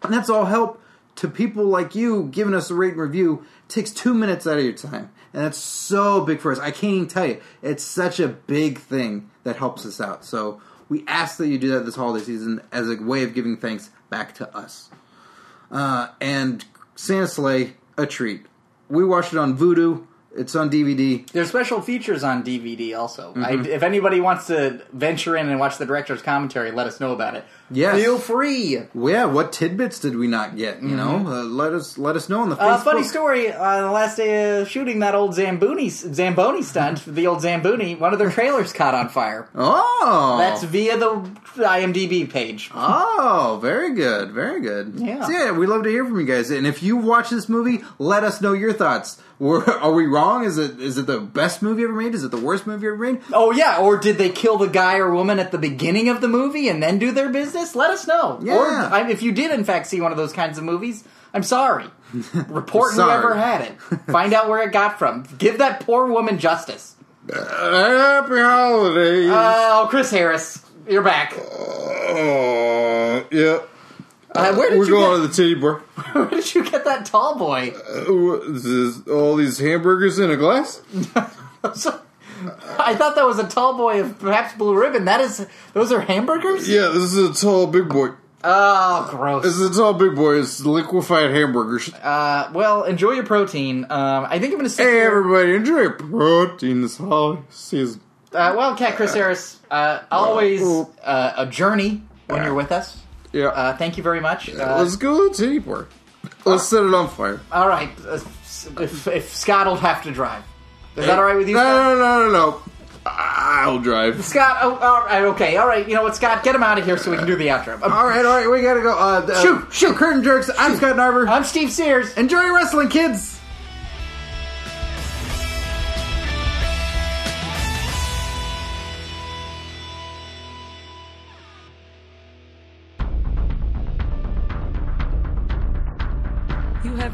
And that's all help to people like you giving us a rate and review. It takes two minutes out of your time. And that's so big for us. I can't even tell you. It's such a big thing that helps us out. So we ask that you do that this holiday season as a way of giving thanks back to us. Uh, and Santa Sleigh, a treat. We watched it on Voodoo. It's on DVD. There's special features on DVD also. Mm-hmm. I, if anybody wants to venture in and watch the director's commentary, let us know about it. Yes. Feel free. Yeah, what tidbits did we not get? You know, uh, let us let us know on the Facebook. Mm-hmm. Uh, funny story, on the last day of shooting that old Zamboni, Zamboni stunt, the old Zamboni, one of their trailers caught on fire. Oh, That's via the IMDb page. Oh, very good, very good. Yeah. So, yeah, we love to hear from you guys. And if you watch this movie, let us know your thoughts. Were, are we wrong? Is it is it the best movie ever made? Is it the worst movie ever made? Oh yeah, or did they kill the guy or woman at the beginning of the movie and then do their business? Let us know. Or Yeah. I, if you did in fact see one of those kinds of movies, I'm sorry. Report Sorry. whoever had it. Find out where it got from. Give that poor woman justice. Happy holidays. Oh, Chris Harris, you're back. Oh, yeah. Uh, where did you get, the titty bar. where did you get that tall boy? all these hamburgers in a glass? So- I thought that was a tall boy of perhaps blue ribbon. That is, those are hamburgers. Yeah, this is a tall big boy. Oh, gross. is a tall big boy. It's liquefied hamburgers. uh, well, enjoy your protein. Um, I think I'm gonna. stick here- everybody, enjoy your protein this holiday season. Uh, well, Cat Chris Harris, uh, always uh, a journey when you're with us. Yeah. Uh, thank you very much. Uh, Let's go to the titty bar. Let's set it on fire. all right, uh, if, if Scott will have to drive, is that all right with you? No, no, Scott? no, no, no. I'll drive. Scott, oh, all right, okay, all right. You know what, Scott? Get him out of here so we can do the outro. Um, All right, all right, we gotta go. Uh, uh, Shoot, shoot. curtain jerks. I'm Scott Narver. I'm Steve Sears. Enjoy wrestling, kids. You have